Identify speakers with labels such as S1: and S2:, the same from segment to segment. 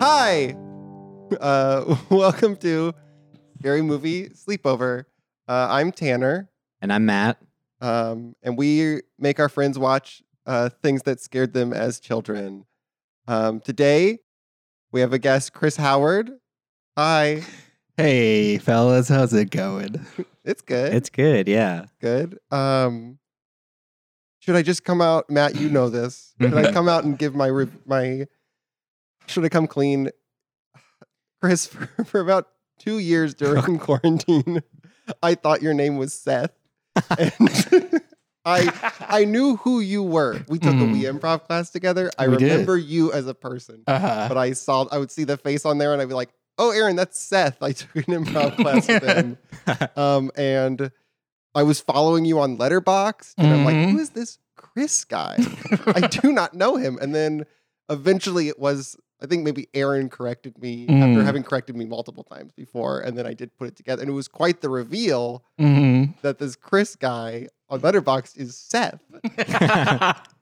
S1: Hi. Uh, welcome to Scary Movie Sleepover. Uh, I'm Tanner,
S2: And I'm Matt.
S1: um, and we make our friends watch uh, things that scared them as children. Um, today, we have a guest, Chris Howard. Hi.
S2: Hey, fellas, how's it going?
S1: It's good.
S2: It's good, yeah.
S1: good. Um, should I just come out, Matt? You know this. Should I
S3: Mm-hmm.
S2: Mhm.
S1: come out and give my re- my? Should I come clean, Chris? For, for about two years during quarantine, I thought your name was Seth, and I I knew who you were. We took
S3: Mm.
S1: a wee improv class together. I
S3: We did.
S1: remember you as a person,
S3: Uh-huh.
S1: but I saw I would see the face on there, and I'd be like, "Oh, Aaron, that's Seth." I took an improv class with him um, and I was following you on Letterboxd, and I'm like,
S3: Mhm.
S1: who is this Chris guy? I do not know him. And then eventually it was, I think maybe Aaron corrected me after
S3: Mm.
S1: having corrected me multiple times before, and then I did put it together. And it was quite the reveal
S2: Mm-hmm.
S3: Mhm.
S1: that this Chris guy on Letterboxd is Seth.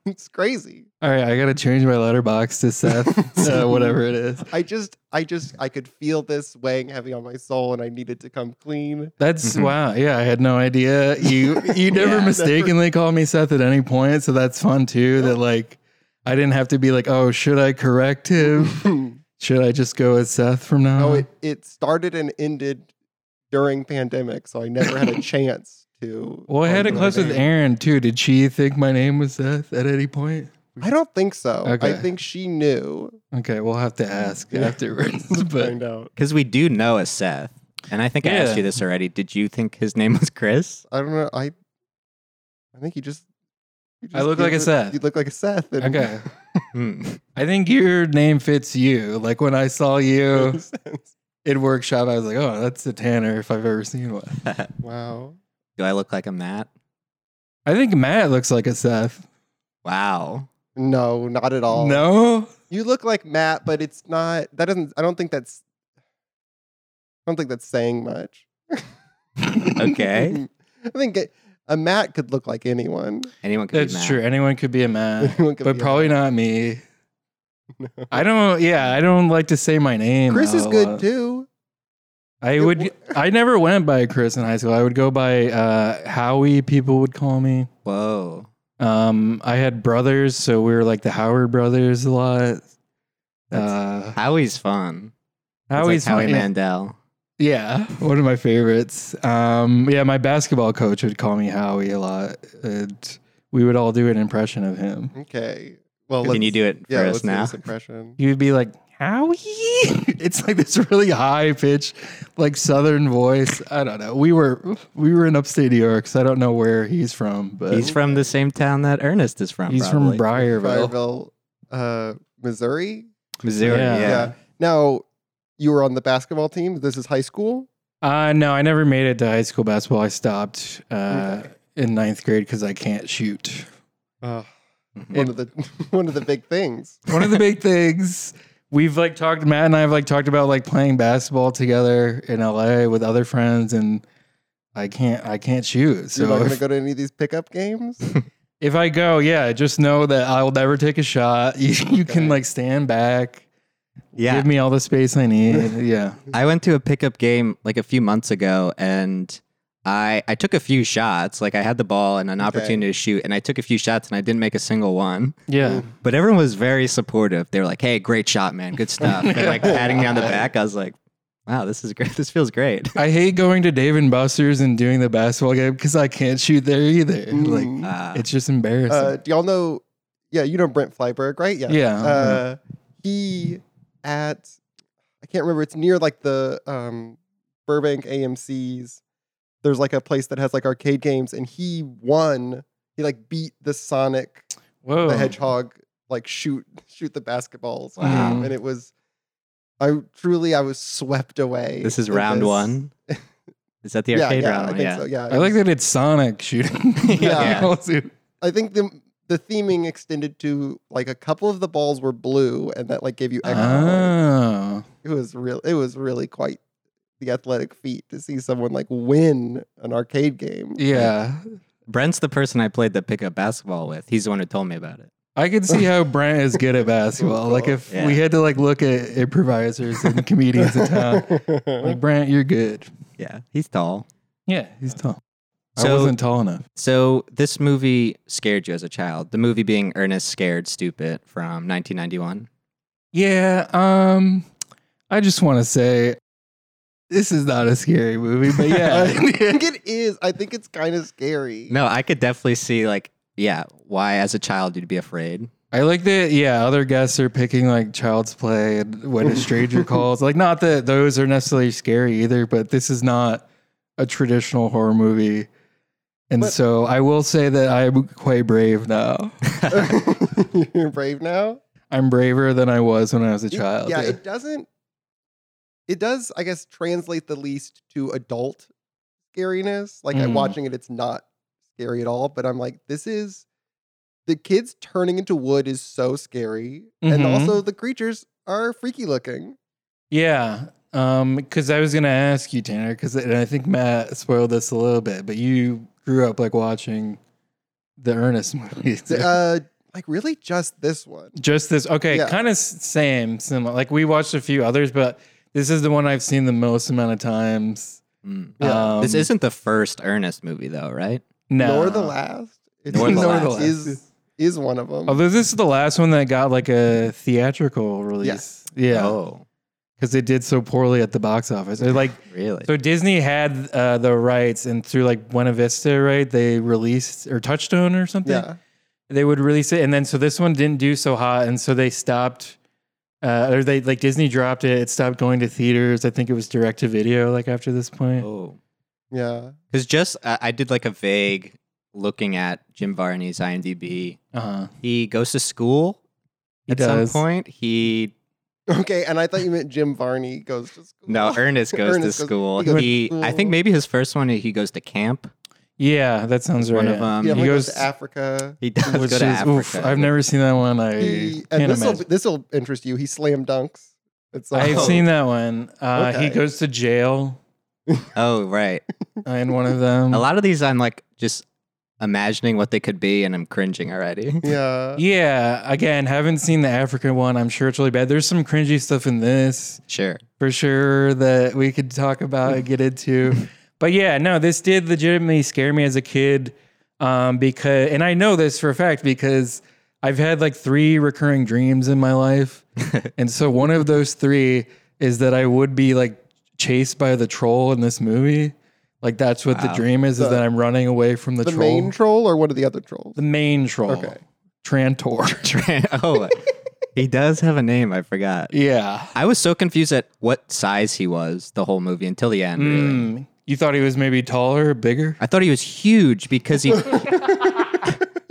S1: It's crazy.
S3: All right, I gotta change my letterbox to Seth, uh, whatever it is.
S1: I just, I just, I could feel this weighing heavy on my soul, and I needed to come clean.
S3: That's
S2: Mhm.
S3: wow. Yeah, I had no idea. You you never
S2: never.
S3: mistakenly called me Seth at any point, so that's fun too. That like I didn't have to be like, oh, should I correct him? Should I just go as Seth from now?
S1: No,
S3: on?
S1: it, it started and ended during pandemic, so I never had a chance to.
S3: well, I had it
S1: find
S3: close
S1: my
S3: with
S1: name.
S3: Aaron too. Did she think my name was Seth at any point?
S1: I don't think so. I
S3: Okay.
S1: think she knew.
S3: Okay, we'll have to ask
S1: Yeah.
S3: afterwards.
S1: to
S3: But
S1: find out.
S2: Because we do know a Seth. And I think I asked
S3: Yeah.
S2: you this already. Did you think his name was Chris?
S1: I don't know. I I think you just. you
S3: I look like a
S1: gave it-
S3: Seth.
S1: You look like a Seth. and-
S3: okay.
S2: Hmm.
S3: I think your name fits you. Like when I saw you
S1: Makes sense.
S3: in workshop, I was like, oh, that's a Tanner if I've ever seen one.
S1: wow.
S2: do I look like a Matt?
S3: I think Matt looks like a Seth.
S2: Wow.
S1: No, not at all.
S3: No?
S1: You look like Matt, but it's not. That doesn't. I don't think that's. I don't think that's saying much.
S2: Okay.
S1: I think a, a Matt could look like anyone.
S2: Anyone could
S3: That's
S2: be Matt.
S3: true. Anyone could be a Matt,
S1: Anyone could
S3: but
S1: be a
S3: probably not me. I don't, yeah, I don't like to say my name.
S1: Chris
S3: out
S1: is
S3: a
S1: good
S2: uh,
S3: lot.
S1: too.
S3: I would, I never went by Chris in high school. I would go by uh, Howie, people would call me.
S2: Whoa.
S3: Um, I had brothers, so we were like the Howard brothers a lot. Uh,
S2: Howie's fun. It's like
S3: Howie's
S2: Howie
S3: fun- yeah.
S2: Mandel.
S3: Yeah, one of my favorites. Um, yeah, my basketball coach would call me Howie a lot, and we would all do an impression of him.
S1: Okay. Well,
S2: Can you do it for
S1: yeah, let's
S2: us
S1: do
S2: now?
S1: this impression.
S3: He would be like Howie. it's like this really high pitched, like Southern voice. I don't know. We were we were in upstate New York, so I don't know where he's from, but
S2: He's
S3: he's,
S2: from the same town that Ernest is from.
S3: from
S2: probably.
S3: Briarville.
S1: Fireville, uh, Missouri.
S2: Missouri.
S3: Yeah.
S2: Yeah.
S1: Now, you were on the basketball team. This is high school.
S3: Uh, no, I never made it to high school basketball. I stopped uh,
S1: Okay.
S3: in ninth grade because I can't shoot.
S2: Mm-hmm.
S1: one of the one of the big things.
S3: one of the big things we've like talked matt and i've like talked about like playing basketball together in la with other friends and i can't i can't shoot
S1: You're not
S3: so
S1: going to
S3: if,
S1: go to any of these pickup games.
S3: if i go yeah just know that i'll never take a shot you, you
S1: Okay.
S3: can like stand back
S2: Yeah.
S3: give me all the space i need yeah
S2: I went to a pickup game like a few months ago and I I took a few shots. Like I had the ball and an
S1: Okay.
S2: opportunity to shoot and I took a few shots and I didn't make a single one.
S3: yeah
S2: But everyone was very supportive. They were like, "Hey, great shot, man. Good stuff." And like patting me on the back. I was like, "Wow, this is great. This feels great."
S3: i hate going to dave and buster's and doing the basketball game because i can't shoot there either like
S1: Mm.
S2: Uh,
S3: it's just embarrassing
S1: Uh, do y'all know? Yeah, you know Brent Flyberg, right? Yeah.
S3: Yeah. uh-huh.
S1: Uh, he at I can't remember. It's near like the um, Burbank AMC's. There's like a place that has like arcade games, and he won. He like beat the Sonic
S3: whoa
S1: the Hedgehog like shoot shoot the basketballs.
S2: Wow.
S1: game, And it was. I truly, I was swept away.
S2: this is
S1: in
S2: round
S1: this.
S2: one. Is that the
S1: yeah,
S2: arcade
S1: yeah,
S2: round?
S1: I
S2: one?
S1: think so. Yeah,
S3: i like that it's sonic shooting
S1: Yeah.
S3: yeah.
S1: I think the the theming extended to like a couple of the balls were blue, and that like gave you extra. points.
S3: Oh.
S1: It was real. It was really quite the athletic feat to see someone like win an arcade game.
S3: Yeah.
S2: Brent's the person I played the pickup basketball with. He's the one who told me about it.
S3: I can see how Brent is good at basketball. Like if
S2: Yeah.
S3: we had to like look at improvisers and comedians in town, like Brent, you're good.
S2: Yeah, he's tall.
S3: Yeah, he's tall. I
S2: So-
S3: wasn't tall enough.
S2: So this movie scared you as a child. The movie being Ernest Scared Stupid from 1991.
S3: Yeah, um, I just want to say this is not a scary movie, but
S1: I
S3: yeah,
S1: think it is. I think it's kind of scary.
S2: No, I could definitely see like yeah why as a child you'd be afraid.
S3: I like that. Yeah, other guests are picking like Child's Play and When a Stranger Calls. Like, not that those are necessarily scary either, but this is not a traditional horror movie. And
S1: But-
S3: so I will say that I'm quite brave now.
S2: Mm.
S1: You're brave now.
S3: I'm braver than I was when I was a
S1: It-
S3: child.
S1: yeah, it doesn't. It does, I guess, translate the least to adult scariness. Like I'm
S3: Mm.
S1: watching it, it's not scary at all. But I'm like, this is the kids turning into wood is so scary, and
S2: Mm-hmm.
S3: Mhm.
S1: also the creatures are freaky looking.
S3: Yeah. Um, because I was gonna ask you, Tanner, because and I think Matt spoiled this a little bit, but you grew up like watching the Ernest movies.
S1: The- Uh, like really, just this one.
S3: Just this, okay,
S1: Yeah.
S3: kind of same, similar. Like we watched a few others, but this is the one I've seen the most amount of times.
S2: Mm.
S1: Yeah.
S2: this
S3: Um,
S2: isn't the first Ernest movie though, right?
S3: no.
S1: Nor the last. It's
S2: Nor the
S1: Nor
S2: last.
S1: is is one of them.
S3: Although this is the last one that got like a theatrical release. Yeah,
S2: Oh,
S3: because it did so poorly at the box office. It, like
S2: really?
S3: So Disney had uh, the rights, and through like Buena Vista, right? They released or Touchstone or something.
S1: yeah.
S3: They would release it, and then so this one didn't do so hot, and so they stopped, uh, or they like Disney dropped it. It stopped going to theaters. I think it was direct to video, like after this point.
S2: oh,
S1: Yeah.
S2: because just I, I did like a vague looking at Jim Varney's IMDb.
S3: Uh huh.
S2: He goes to school
S3: He
S2: at
S3: does.
S2: some point. He
S1: Okay, and I thought you meant Jim Varney goes to school.
S2: no, Ernest goes
S1: Ernest goes-
S2: to school.
S1: he goes to
S2: He, I think
S1: school.
S2: maybe his first one he goes to camp.
S3: Yeah, that sounds right.
S2: One of um, them.
S1: yeah,
S3: he
S1: he goes,
S3: goes-
S1: to Africa.
S2: He does
S3: Which
S2: go to
S3: is-
S2: Africa.
S3: oof, I've never seen that one. I
S1: He,
S3: can't
S1: and this will
S3: imagine.
S1: this will interest you. He slam dunks. It's
S3: I've
S2: Oh.
S3: seen that one. Uh, He
S1: Okay.
S3: goes to jail uh,
S2: Oh right.
S3: in one of them.
S2: A lot of these I'm like just imagining what they could be and I'm cringing already.
S1: yeah.
S3: Yeah, again, haven't seen the Africa one. I'm sure it's really bad. There's some cringy stuff in this
S2: sure.
S3: for sure that we could talk about and get into. But yeah, no, this did legitimately scare me as a kid um, because, and I know this for a fact because I've had like three recurring dreams in my life. and so one of those three is that I would be like chased by the troll in this movie. Like that's what the
S2: Wow.
S3: dream is, is
S1: The-
S3: that I'm running away from the,
S1: The
S3: troll.
S1: main troll or one of the other trolls?
S3: the main troll.
S1: Okay.
S3: Trantor.
S2: Tran- oh he does have a name, I forgot.
S3: yeah.
S2: I was so confused at what size he was the whole movie until the end, really.
S3: Mm. You thought he was maybe taller, bigger?
S2: I thought he was huge because he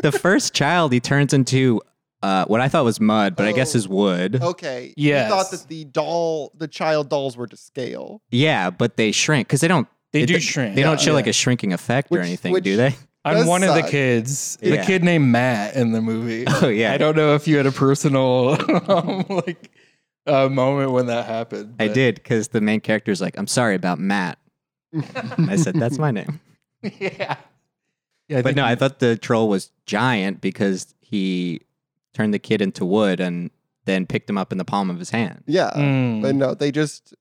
S2: the first child he turns into uh, what I thought was mud, but I guess
S1: Oh.
S2: is wood.
S1: Okay. Yeah.
S3: Yes.
S1: You thought that the doll, the child dolls were to scale.
S2: Yeah, but they shrink because they don't.
S3: They
S2: it-
S3: do shrink.
S2: They don't
S3: Yeah.
S2: show like a shrinking effect or
S1: Which-
S2: anything,
S1: which-
S2: do they?
S3: I'm
S1: Does
S3: one of the
S1: suck.
S3: kids. The
S2: Yeah.
S3: kid named Matt in the movie.
S2: Oh yeah,
S3: I don't know if you had a personal um, like uh, moment when that happened.
S2: I
S3: but-
S2: did because the main character's like, "I'm sorry about Matt." I said, "That's my name."
S3: Yeah. Yeah, I
S2: But
S3: think-
S2: no, I thought the troll was giant because he turned the kid into wood and then picked him up in the palm of his hand.
S1: Yeah.
S3: Mm.
S1: But no, they just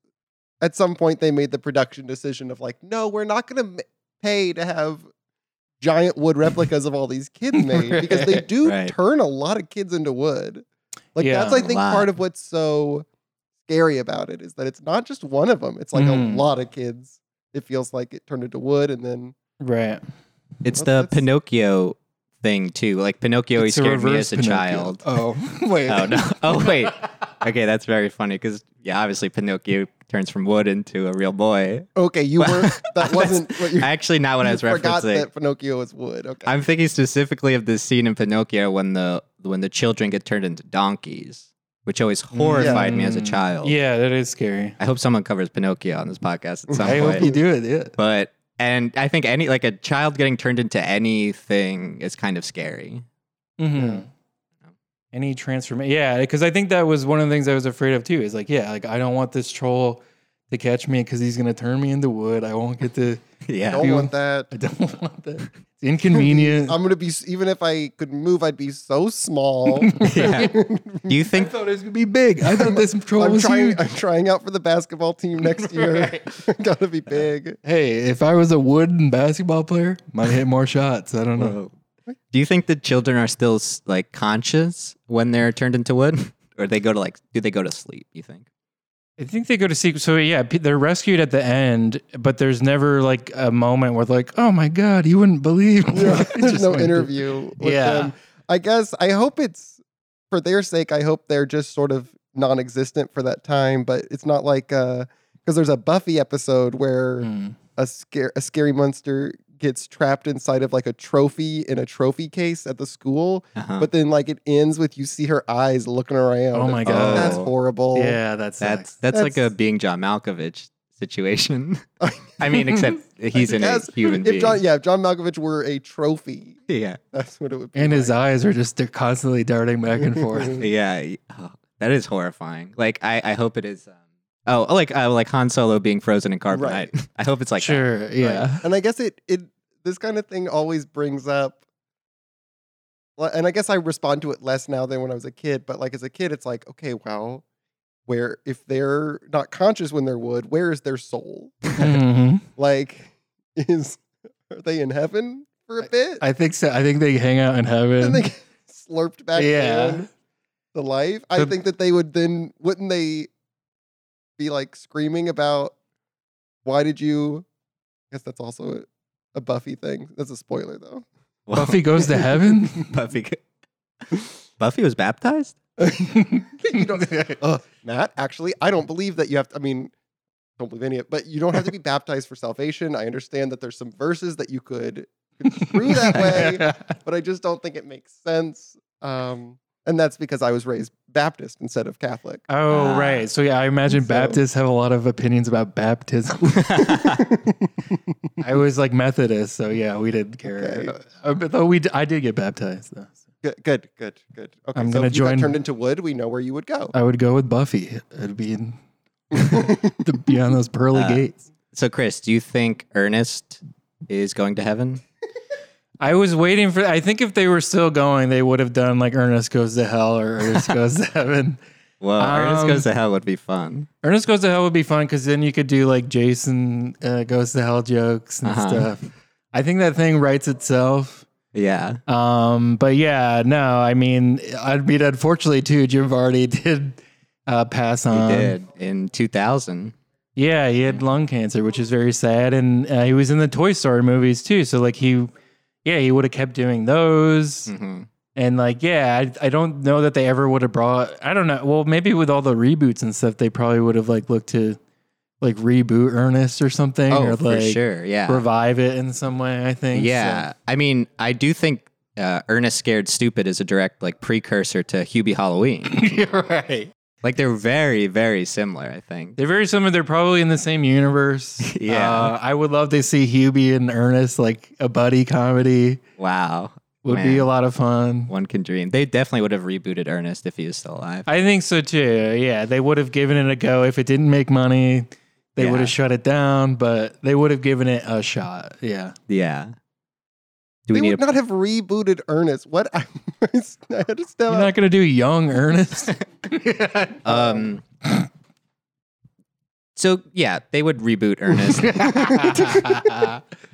S1: at some point they made the production decision of like, no, we're not going to pay to have giant wood replicas of all these kids made because they do
S2: Right.
S1: turn a lot of kids into wood. Like
S3: Yeah.
S1: that's I
S2: A
S1: think
S2: lot.
S1: part of what's so scary about it is that it's not just one of them. It's like
S3: Mhm.
S2: Mm-hmm.
S1: a lot of kids. It feels like it turned into wood and then
S3: right.
S2: It's
S1: Well,
S2: the
S1: that's-
S2: Pinocchio thing too. Like Pinocchio,
S3: It's a
S2: he scared me
S3: reverse
S2: as a
S3: Pinocchio.
S2: child.
S3: Oh, wait.
S2: Oh no! Oh wait. Okay, that's very funny because yeah, obviously Pinocchio turns from wood into a real boy.
S1: okay, you
S2: Well,
S1: were that
S2: that's
S1: wasn't what you
S2: Actually, not what I
S1: you
S2: was
S1: forgot
S2: referencing.
S1: that Pinocchio is wood. Okay.
S2: I'm thinking specifically of this scene in Pinocchio when the when the children get turned into donkeys, which always horrified me as a
S3: Mm.
S2: child.
S3: Yeah, that is scary.
S2: I hope someone covers Pinocchio on this podcast at some
S3: I
S2: point.
S3: hope you do it. Yeah.
S2: But and I think any like a child getting turned into anything is kind of scary.
S3: Mm-hmm. Any transformation? Yeah, because I think that was one of the things I was afraid of too. Is like, yeah, like I don't want this troll to catch me because he's gonna turn me into wood. I won't get to.
S2: yeah.
S1: don't
S3: you-
S1: want that.
S3: I don't want that. It's inconvenient.
S1: I'm gonna be s- even if I could move, I'd be so small.
S2: yeah. Do you
S3: I
S2: think
S3: thought it was gonna be big. I thought this troll
S1: I'm
S3: was
S1: trying.
S3: huge.
S1: I'm trying out for the basketball team next year. Gotta be big.
S3: Hey, if I was a wooden basketball player, might hit more shots. I don't know.
S2: Whoa. Do you think the children are still s- like conscious when they're turned into wood, or they go to like do they go to sleep? You think?
S3: I think they go to sleep. So yeah, pe- they're rescued at the end, but there's never like a moment where like, oh my god, you wouldn't believe.
S1: Yeah,
S3: I
S1: there's
S3: just
S1: no
S3: went to-
S1: interview with
S3: Yeah.
S1: them. I guess I hope it's for their sake. I hope they're just sort of non-existent for that time. But it's not like because there's a Buffy episode where
S3: Mm.
S1: a scare a scary monster gets trapped inside of like a trophy in a trophy case at the school.
S2: Uh-huh.
S1: But then like it ends with you see her eyes looking around.
S3: Oh my
S1: It's like, that's
S2: God.
S1: horrible.
S3: Yeah, that's
S2: that's, that's like a
S1: Oh, That's-
S2: being John Malkovich situation. I mean, except he's in a
S1: Yes,
S2: human
S1: if
S2: being.
S1: John, yeah, if John Malkovich were a trophy,
S2: yeah,
S1: that's what it would be.
S3: And his eyes are just they're constantly darting back and forth.
S2: yeah. y- oh, that is horrifying. Like I, I hope it is. Um, oh, like uh, like Han Solo being frozen in carbonite.
S1: Right.
S2: I hope it's like that.
S3: sure, yeah.
S1: and I guess it it this kind of thing always brings up well, and I guess I respond to it less now than when I was a kid, but like as a kid it's like, okay, well, where if they're not conscious when they're wood, where is their soul?
S3: Mhm.
S1: Like is are they in heaven for a bit?
S3: I think so. I think they hang out in
S1: and
S3: heaven.
S1: they get slurped back
S3: Yeah.
S1: in the life. I
S3: The-
S1: think that they would then wouldn't they be like screaming about why did you I guess that's also a, a Buffy thing. That's a spoiler though.
S2: Whoa.
S3: Buffy goes to heaven.
S2: Buffy. go- Buffy was baptized.
S1: You don't- uh, Matt, actually, I don't believe that you have to, I mean, don't believe any of it, but you don't have to be baptized for salvation. I understand that there's some verses that you could construe that way, but I just don't think it makes sense. Um, and that's because I was raised Baptist instead of Catholic.
S3: Oh
S2: Ah.
S3: right. So yeah, I imagine
S1: So-
S3: Baptists have a lot of opinions about baptism. I was like Methodist, so yeah, we didn't care.
S1: Okay.
S3: Uh, but though we, d- I did get baptized though.
S1: Good, good, good, good. Okay,
S3: I'm
S1: so
S3: gonna
S1: if you got
S3: join-
S1: turned into wood, we know where you would go.
S3: I would go with Buffy. It'd be in the, beyond those pearly
S2: Uh,
S3: gates.
S2: So, Chris, do you think Ernest is going to heaven?
S3: I was waiting for. I think if they were still going, they would have done like Ernest goes to hell or Ernest goes to heaven.
S2: Well, Ernest
S3: Um,
S2: goes to hell would be fun.
S3: Ernest goes to hell would be fun because then you could do like Jason uh, goes to hell jokes and
S2: Uh-huh.
S3: stuff. I think that thing writes itself.
S2: Yeah.
S3: Um, but yeah, no, I mean, I mean, unfortunately, too, Jim Vardy did uh, pass
S2: He
S3: on.
S2: did in 2000.
S3: Yeah, he had lung cancer, which is very sad, and uh, he was in the Toy Story movies too. So like he, yeah, he would have kept doing those,
S2: hmm
S3: and like yeah, I, I don't know that they ever would have brought. I don't know. Well, maybe with all the reboots and stuff, they probably would have like looked to like reboot Ernest or something,
S2: Oh,
S3: or
S2: for
S3: like
S2: sure. Yeah.
S3: revive it in some way. I think.
S2: yeah. I mean, I do think uh, Ernest Scared Stupid is a direct like precursor to Hubie Halloween.
S3: So. you're right.
S2: like they're very, very similar, I think.
S3: They're very similar. They're probably in the same universe.
S2: Yeah.
S3: Uh, I would love to see Hubie and Ernest like a buddy comedy.
S2: Wow.
S3: Would be
S2: Man.
S3: a lot of fun.
S2: One can dream. They definitely would have rebooted Ernest if he was still alive.
S3: I think so too. Yeah, they would have given it a go. If it didn't make money, they
S2: Yeah.
S3: would have shut it down, but they would have given it a shot. Yeah.
S2: yeah. Do
S1: they
S2: we need
S1: would
S2: a
S1: not have rebooted Ernest. What? I, had to step
S3: You're
S1: out.
S3: not going to do young Ernest.
S2: um So yeah, they would reboot Ernest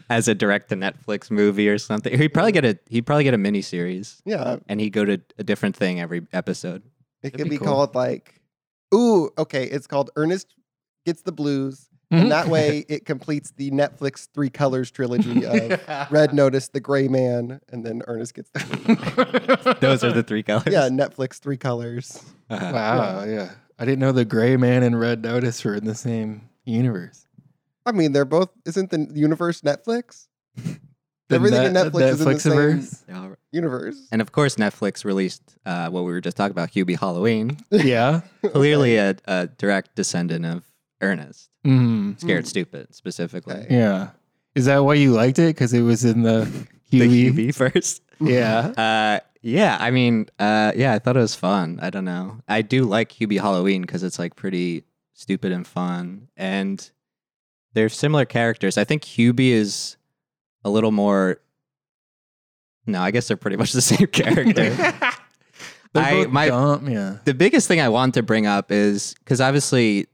S2: as a direct to Netflix movie or something. He'd probably get a he'd probably get a miniseries
S1: Yeah,
S2: and he'd go to a different thing every episode.
S1: it
S3: That'd
S1: could
S3: be
S1: be
S3: cool.
S1: called like, ooh, okay, it's called Ernest Gets the Blues.
S3: Hmm?
S1: And that way it completes the Netflix Three Colors trilogy of
S3: uh,
S1: Red Notice, The Gray Man, and then Ernest Gets the Blues.
S2: Those are the three colors.
S1: Yeah, Netflix Three Colors.
S2: Uh-huh.
S3: Wow. Yeah. I didn't know the gray man and red notice were in the same universe.
S1: I mean, they're both, isn't the universe Netflix?
S3: The
S1: Everything in
S3: Net-
S1: Netflix is in the same-
S3: Netflixiverse?
S2: All right.
S1: Universe.
S2: And of course, Netflix released uh, what we were just talking about, Hubie Halloween.
S3: Yeah.
S2: Clearly, a, a direct descendant of Ernest,
S3: Mm.
S2: Scared Stupid specifically.
S1: Okay.
S3: Yeah. Is that why you liked it? Because it was in the
S2: The
S3: Huey.
S2: Hubie first.
S3: Yeah.
S2: Uh, yeah, I mean, uh, yeah, I thought it was fun. I don't know. I do like Hubie Halloween because it's like pretty stupid and fun. And they're similar characters. I think Hubie is a little more. No, I guess they're pretty much the same character.
S3: They're
S2: I-
S3: both
S2: my-
S3: dumb, yeah.
S2: the biggest thing I want to bring up is because obviously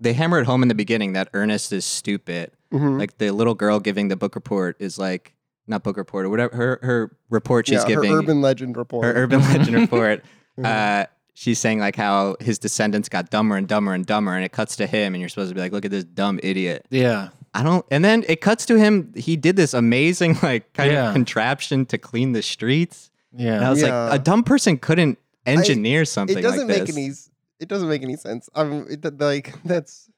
S2: they hammer it home in the beginning that Ernest is stupid.
S1: Mhm.
S2: Like the little girl giving the book report is like not book report or whatever her her report she's
S1: yeah,
S2: giving
S1: her urban legend report.
S2: her urban legend report.
S1: Mhm.
S2: Uh, she's saying like how his descendants got dumber and dumber and dumber, and it cuts to him, and you're supposed to be like, look at this dumb idiot.
S3: Yeah.
S2: I don't. And then it cuts to him. He did this amazing like kind
S3: Yeah.
S2: of contraption to clean the streets. And I
S3: Yeah.
S2: was
S1: Yeah.
S2: like, a dumb person couldn't engineer
S1: it
S2: something.
S1: doesn't
S2: like
S1: make
S2: this.
S1: any. s- It doesn't make any sense. I'm it, th- like that's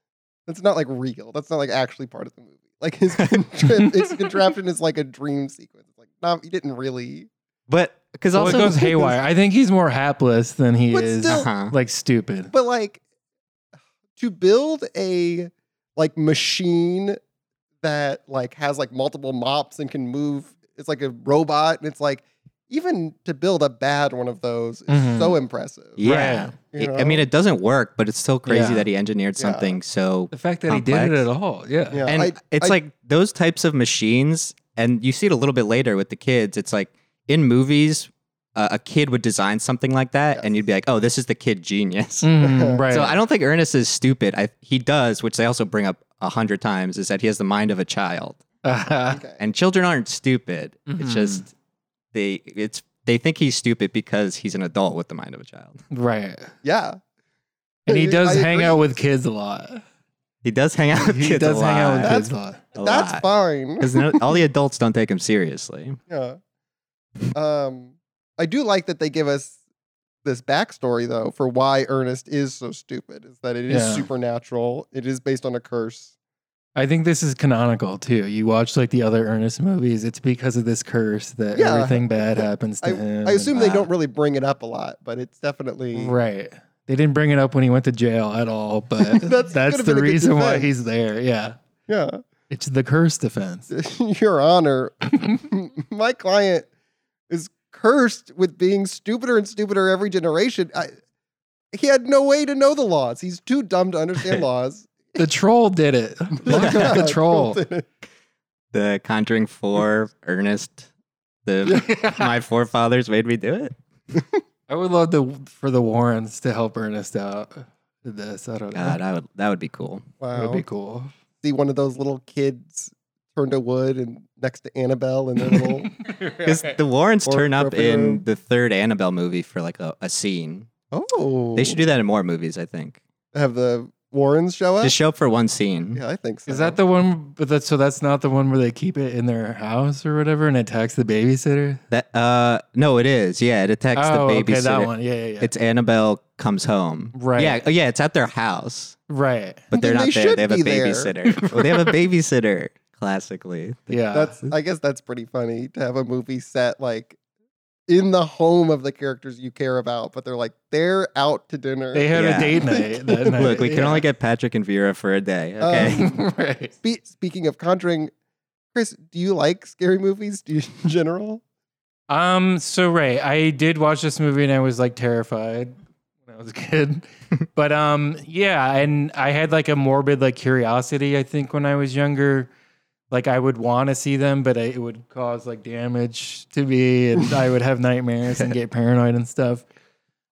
S1: that's not like real. That's not like actually part of the movie. Like his contra- his contraption is like a dream sequence. It's like no, he didn't really.
S2: But because
S3: Well, it
S2: also,
S3: goes haywire. I think he's more hapless than he
S1: But
S3: is
S1: still-
S2: Uh-huh.
S3: like stupid.
S1: But like to build a like machine that like has like multiple mops and can move. It's like a robot, and it's like even to build a bad one of those is
S3: Mhm.
S1: so impressive.
S2: Mm-hmm. yeah.
S1: You
S2: It- I
S1: know?
S2: mean, it doesn't work, but it's still crazy
S3: Yeah.
S2: that he engineered
S1: Yeah.
S2: something so
S3: The fact that he did it
S2: Complex.
S3: at all. Yeah.
S1: Yeah,
S2: and
S1: I-
S2: it's
S1: I-
S2: like those types of machines and you see it a little bit later with the kids it's like in movies uh, a kid would design something like that and you'd be like oh this is the kid genius
S3: Mm, right.
S2: so i don't think ernest is stupid I, he does which they also bring up a hundred times is that he has the mind of a child
S1: okay.
S2: uh, and children aren't stupid
S3: Mhm.
S2: it's just they it's they think he's stupid because he's an adult with the mind of a child
S3: right.
S1: yeah.
S3: And he does
S1: I
S3: hang
S1: agree.
S3: out with kids a lot.
S2: he does hang out with
S3: He
S2: kids
S3: does
S2: a
S3: hang out with
S2: lot
S1: That's-
S3: kids a lot.
S2: a
S1: That's
S2: lot.
S1: fine.
S2: because all the adults don't take him seriously
S1: Yeah. Um, I do like that they give us this backstory though for why Ernest is so stupid. Is that it is
S3: Yeah.
S1: supernatural? It is based on a curse.
S3: I think this is canonical too. You watch like the other Ernest movies, it's because of this curse that
S1: Yeah.
S3: everything bad happens to him.
S1: I assume they
S2: wow.
S1: don't really bring it up a lot, but it's definitely
S3: Right. They didn't bring it up when he went to jail at all, but that's,
S1: That's- could've
S3: the
S1: been a good
S3: reason why
S1: defense.
S3: he's there. Yeah.
S1: yeah.
S3: It's the curse defense.
S1: Your Honor, my client is cursed with being stupider and stupider every generation. I, he had no way to know the laws. He's too dumb to understand laws.
S3: The troll did it. Look up
S1: Yeah,
S3: the troll.
S2: the Conjuring Four, Ernest, the my forefathers made me do it.
S3: I would love to for the Warrens to help Ernest out with this. I
S1: Uh-huh.
S3: don't
S2: God,
S3: know.
S2: I would that would be cool.
S1: Wow.
S3: That would be cool.
S1: see one of those little kids turned to wood and next to Annabelle and their little
S2: Because the Warrens
S1: Or
S2: turn up
S1: appropriate.
S2: in the third Annabelle movie for like a, a scene.
S1: oh
S2: They should do that in more movies, I think.
S1: have the Warrens show up.
S2: Just show up for one scene.
S1: yeah, I think so.
S3: Is that the one? But that's so that's not the one where they keep it in their house or whatever and attacks the babysitter.
S2: That uh no, it is. Yeah, it attacks
S3: oh,
S2: the
S3: okay,
S2: babysitter.
S3: that one. Yeah, yeah, yeah.
S2: It's Annabelle comes home.
S3: Right.
S2: Yeah, oh, yeah, it's at their house,
S3: right.
S2: but they're
S1: Then
S2: not
S1: they
S2: there.
S1: should
S2: They have a
S1: be there.
S2: babysitter. well, they have a babysitter, classically.
S3: Yeah,
S1: That's I guess that's pretty funny to have a movie set like in the home of the characters you care about, but they're like they're out to dinner.
S3: they had
S2: Yeah.
S3: a date night. That night.
S2: Look, we can
S3: yeah.
S2: only get Patrick and Vera for a day. Okay.
S1: Uh.
S3: right.
S1: Spe- speaking of conjuring, Chris, do you like scary movies? Do you, in general?
S3: Um. So right, I did watch this movie and I was like terrified when I was a kid. but um, yeah, and I had like a morbid like curiosity. I think when I was younger, like I would want to see them, but I, it would cause like damage to me, and I would have nightmares and get paranoid and stuff.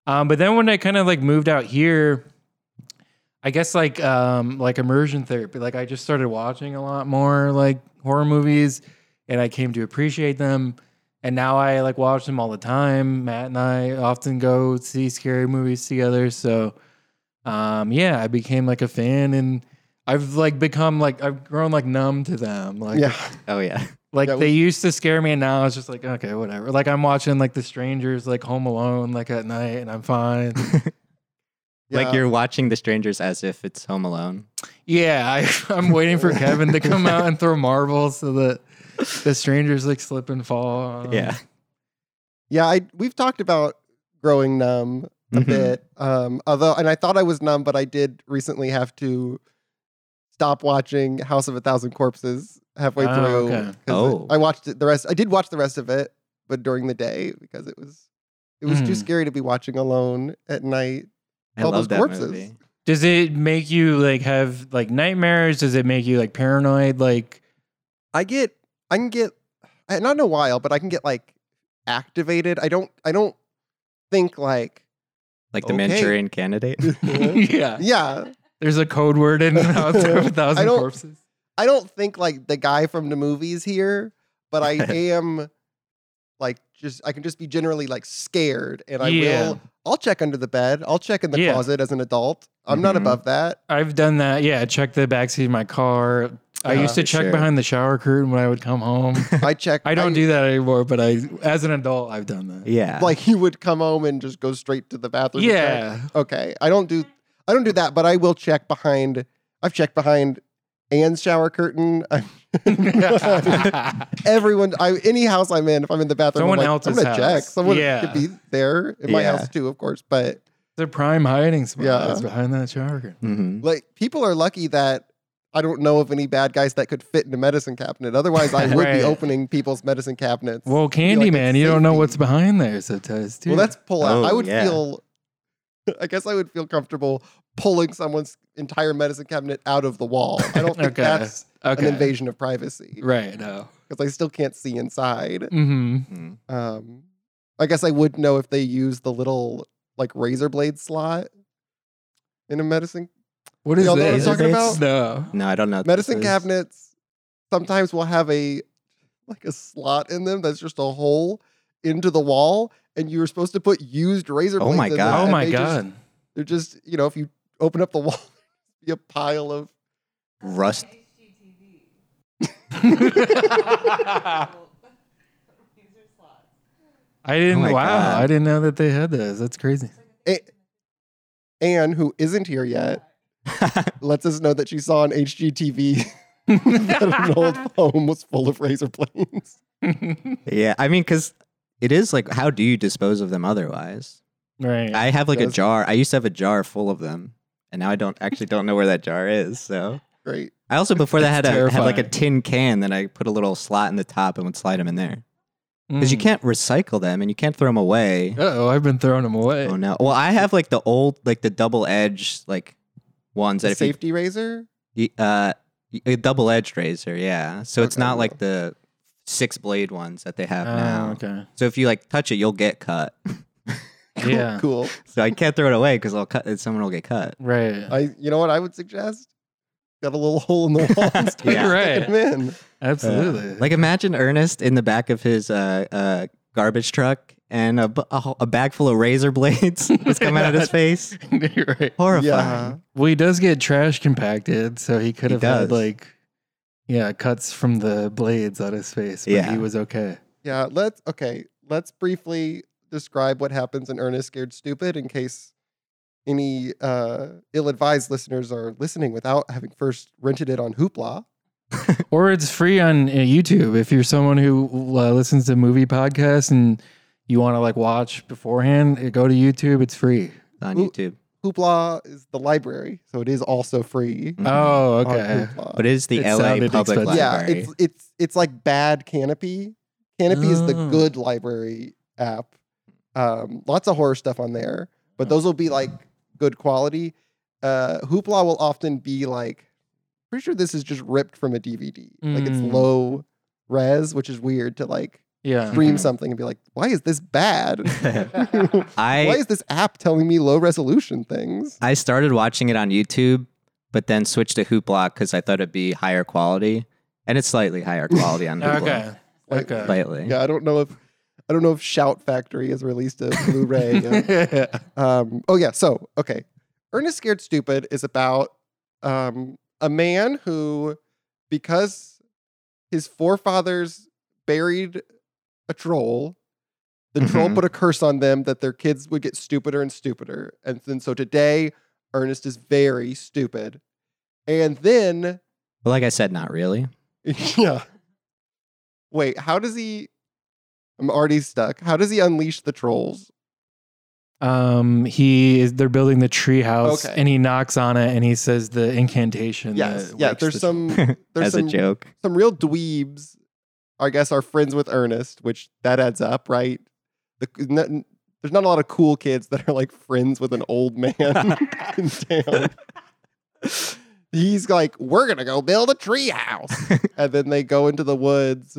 S3: Um, but then when I kind of like moved out here, I guess like um like immersion therapy, like I just started watching a lot more like horror movies, and I came to appreciate them. And now I like watch them all the time. Matt and I often go see scary movies together. So um yeah, I became like a fan and I've like become like I've grown like numb to them. Like
S1: yeah.
S2: Oh yeah.
S3: like
S1: Yeah,
S3: they used to scare me and now it's just like okay, whatever. Like I'm watching like The Strangers like Home Alone like at night and I'm fine.
S1: Yeah.
S2: Like you're watching The Strangers as if it's Home Alone.
S3: yeah, I, I'm waiting for Kevin to come out and throw marbles so that the strangers like slip and fall. Um,
S2: yeah.
S1: Yeah, I we've talked about growing numb a
S2: Mhm.
S1: bit. Um, although, and I thought I was numb, but I did recently have to stop watching House of a Thousand Corpses halfway
S3: Oh,
S1: through.
S3: okay.
S1: 'cause
S2: Oh.
S1: I, I watched it, the rest. I did watch the rest of it, but during the day because it was it was too
S3: Mm.
S1: scary to be watching alone at night.
S2: I
S1: All those
S2: love that
S1: corpses.
S2: movie.
S3: Does it make you like have like nightmares? Does it make you like paranoid? Like
S1: I get I can get I- not in a while, but I can get like activated. I don't I don't think like
S2: Like the
S1: Okay.
S2: Manchurian candidate.
S3: yeah.
S1: yeah.
S3: There's a code word in out there with
S1: Mm-hmm.
S3: a
S1: I
S3: thousand
S1: don't-
S3: corpses.
S1: I don't think like the guy from the movies here, but I am like just I can just be generally like scared and I
S3: Yeah.
S1: will I'll check under the bed. I'll check in the
S3: Yeah. Mm-hmm.
S1: closet as an adult. I'm not
S2: Mhm.
S1: above that.
S3: I've done that. Yeah, I checked the backseat of my car. I
S1: Yeah,
S3: used to
S2: for
S3: check
S2: sure.
S3: behind the shower curtain when I would come home.
S1: I check
S3: I don't do that anymore, but I, as an adult, I've done that.
S2: yeah.
S1: like he would come home and just go straight to the bathroom. and check.
S3: Yeah.
S1: Okay. I don't do I don't do that, but I will check behind I've checked behind Anne's shower curtain.
S2: Mm-hmm.
S1: Everyone I any house I'm in, if I'm in the bathroom,
S3: Someone
S1: I'm like,
S3: else's
S1: I'm gonna check.
S3: house.
S1: Someone
S3: Yeah.
S1: could be there in my
S2: Yeah.
S1: house too, of course. But
S3: the prime hiding spot
S1: Yeah.
S3: is behind that shower curtain.
S2: Mhm.
S1: like people are lucky that I don't know of any bad guys that could fit in a medicine cabinet. Otherwise, I would
S3: Right.
S1: be opening people's medicine cabinets. Well,
S3: Well,
S1: like,
S3: Candyman,
S1: it's
S3: you don't know what's
S1: safety.
S3: behind there sometimes, too.
S1: that's pull out.
S2: Oh,
S1: I would
S2: yeah.
S1: feel. I guess I would feel comfortable pulling someone's entire medicine cabinet out of the wall. I don't think
S3: Okay.
S1: that's
S3: okay.
S1: an invasion of privacy
S3: Right. No.
S1: because I still can't see inside.
S3: Mm-hmm.
S2: Mhm.
S1: Um, I guess I would know if they use the little like razor blade slot in a medicine
S3: What is
S1: Y'all know what I'm
S3: this?
S1: talking about?
S3: No.
S2: No, I don't know. what this
S1: medicine
S2: is.
S1: cabinets sometimes will have a like a slot in them that's just a hole into the wall and you're supposed to put used razor
S2: Oh
S1: blades
S2: my
S1: in them,
S2: God.
S3: Oh
S1: and
S3: my
S1: they just-
S3: god.
S1: they're just you know if you open up the wall be a pile of
S2: Rust.
S3: I didn't.
S2: Oh my
S3: wow.
S2: God.
S3: I didn't know that they had those. That's crazy.
S1: A- Anne who isn't here yet lets us know that she saw on HGTV that an old home was full of razor blades
S2: Yeah. I mean, because it is like, how do you dispose of them otherwise?
S3: Right.
S2: I have like a
S1: Does-
S2: jar. I used to have a jar full of them, and now I don't actually don't know where that jar is. So
S1: great
S2: I also before that had a had like a tin
S3: terrifying.
S2: can that I put a little slot in the top and would slide them in there because you
S1: Hmm.
S2: can't recycle them and you can't throw them away.
S3: Oh, Mm. I've been throwing them away.
S2: Oh no! Well, I have like the old like the double edge like ones that if you
S1: safety razor
S2: Y- uh, y- a double edged razor, yeah. So it's
S1: Okay,
S2: not
S1: yeah.
S2: like the six blade ones that they have
S3: Oh,
S2: now.
S3: okay.
S2: So if you like touch it, you'll get cut.
S1: Cool,
S3: Yeah.
S1: cool
S2: so I can't throw it away because I'll cut. Someone will get cut.
S3: Right.
S1: I you know what I would suggest got a little hole in the wall and
S2: Yeah.
S1: yeah.
S3: Right.
S1: stick 'em in
S3: Absolutely.
S2: Uh, Like imagine Ernest in the back of his uh, uh, garbage truck and a, bu- a, ho- a bag full of razor
S3: Oh
S2: blades was coming out of his face.
S3: You're right.
S1: yeah
S2: Horrifying.
S3: Well, he does get trash compacted, so he could
S2: He
S3: have had
S2: does.
S3: like, yeah, cuts from the blades on his face, but
S2: Yeah.
S3: he was okay.
S1: Yeah, let's okay. Let's briefly describe what happens in Ernest Scared Stupid in case any uh, ill-advised listeners are listening without having first rented it on Hoopla.
S3: Or it's free on uh, YouTube if you're someone who uh, listens to movie podcasts and you want to like watch beforehand. uh, Go to YouTube; it's free.
S2: On
S1: Ooh.
S2: YouTube,
S1: Hoopla is the library, so it is also free.
S2: Mhm.
S3: Oh,
S1: on
S3: okay.
S1: Hoopla.
S2: but it is the
S3: It
S2: LA
S3: sounded
S2: public
S3: expensive.
S1: yeah,
S2: library.
S1: it's it's it's like bad Canopy. Canopy is the
S3: Oh.
S1: good library app. Um, lots of horror stuff on there, but those will be like good quality. Uh, Hoopla will often be like, pretty sure this is just ripped from a DVD. Like it's
S3: Mm.
S1: low res, which is weird to like
S3: Yeah.
S1: stream
S2: Mhm.
S1: something and be like, why is this bad?
S2: I
S1: why is this app telling me low resolution things?
S2: I started watching it on YouTube, but then switched to Hoopla because I thought it'd be higher quality, and it's slightly higher quality on Hoopla.
S3: Okay.
S1: Like,
S3: Okay.
S2: Slightly.
S1: Yeah, I don't know if I don't know if Shout Factory has released a Blu-ray. of- Um, oh yeah, so okay, Ernest Scared Stupid is about um, a man who, because his forefathers buried a troll, the troll
S2: Mhm.
S1: put a curse on them that their kids would get stupider and stupider, and then so today Ernest is very stupid, and then
S2: But like I said, not really.
S1: yeah, wait, how does he? I'm already stuck. How does he unleash the trolls?
S3: Um, he is. They're building the tree house,
S1: Okay.
S3: and he knocks on it, and he says the incantation.
S1: Yes,
S3: that
S1: yeah.
S3: uh, wakes
S1: There's
S3: the-
S1: some there's
S2: As
S1: some
S2: a joke.
S1: some real dweebs, I guess, are friends with Ernest, which that adds up, right? The, n- n- there's not a lot of cool kids that are like friends with an old man in town. He's like, we're gonna go build a tree house. and then they go into the woods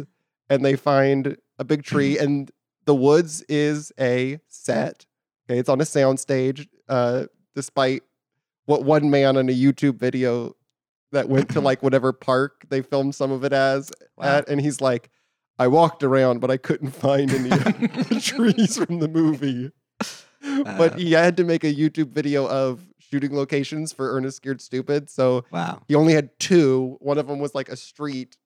S1: and they find a big tree. And the woods is a set. Okay, it's on a soundstage, uh, despite what one man on a YouTube video that went to like whatever park they filmed some of it as at, and he's like, I walked around, but I couldn't find any of the trees from the movie. but
S2: Uh.
S1: he had to make a YouTube video of shooting locations for Ernest Scared Stupid. So
S2: Wow.
S1: he only had two. One of them was like a street,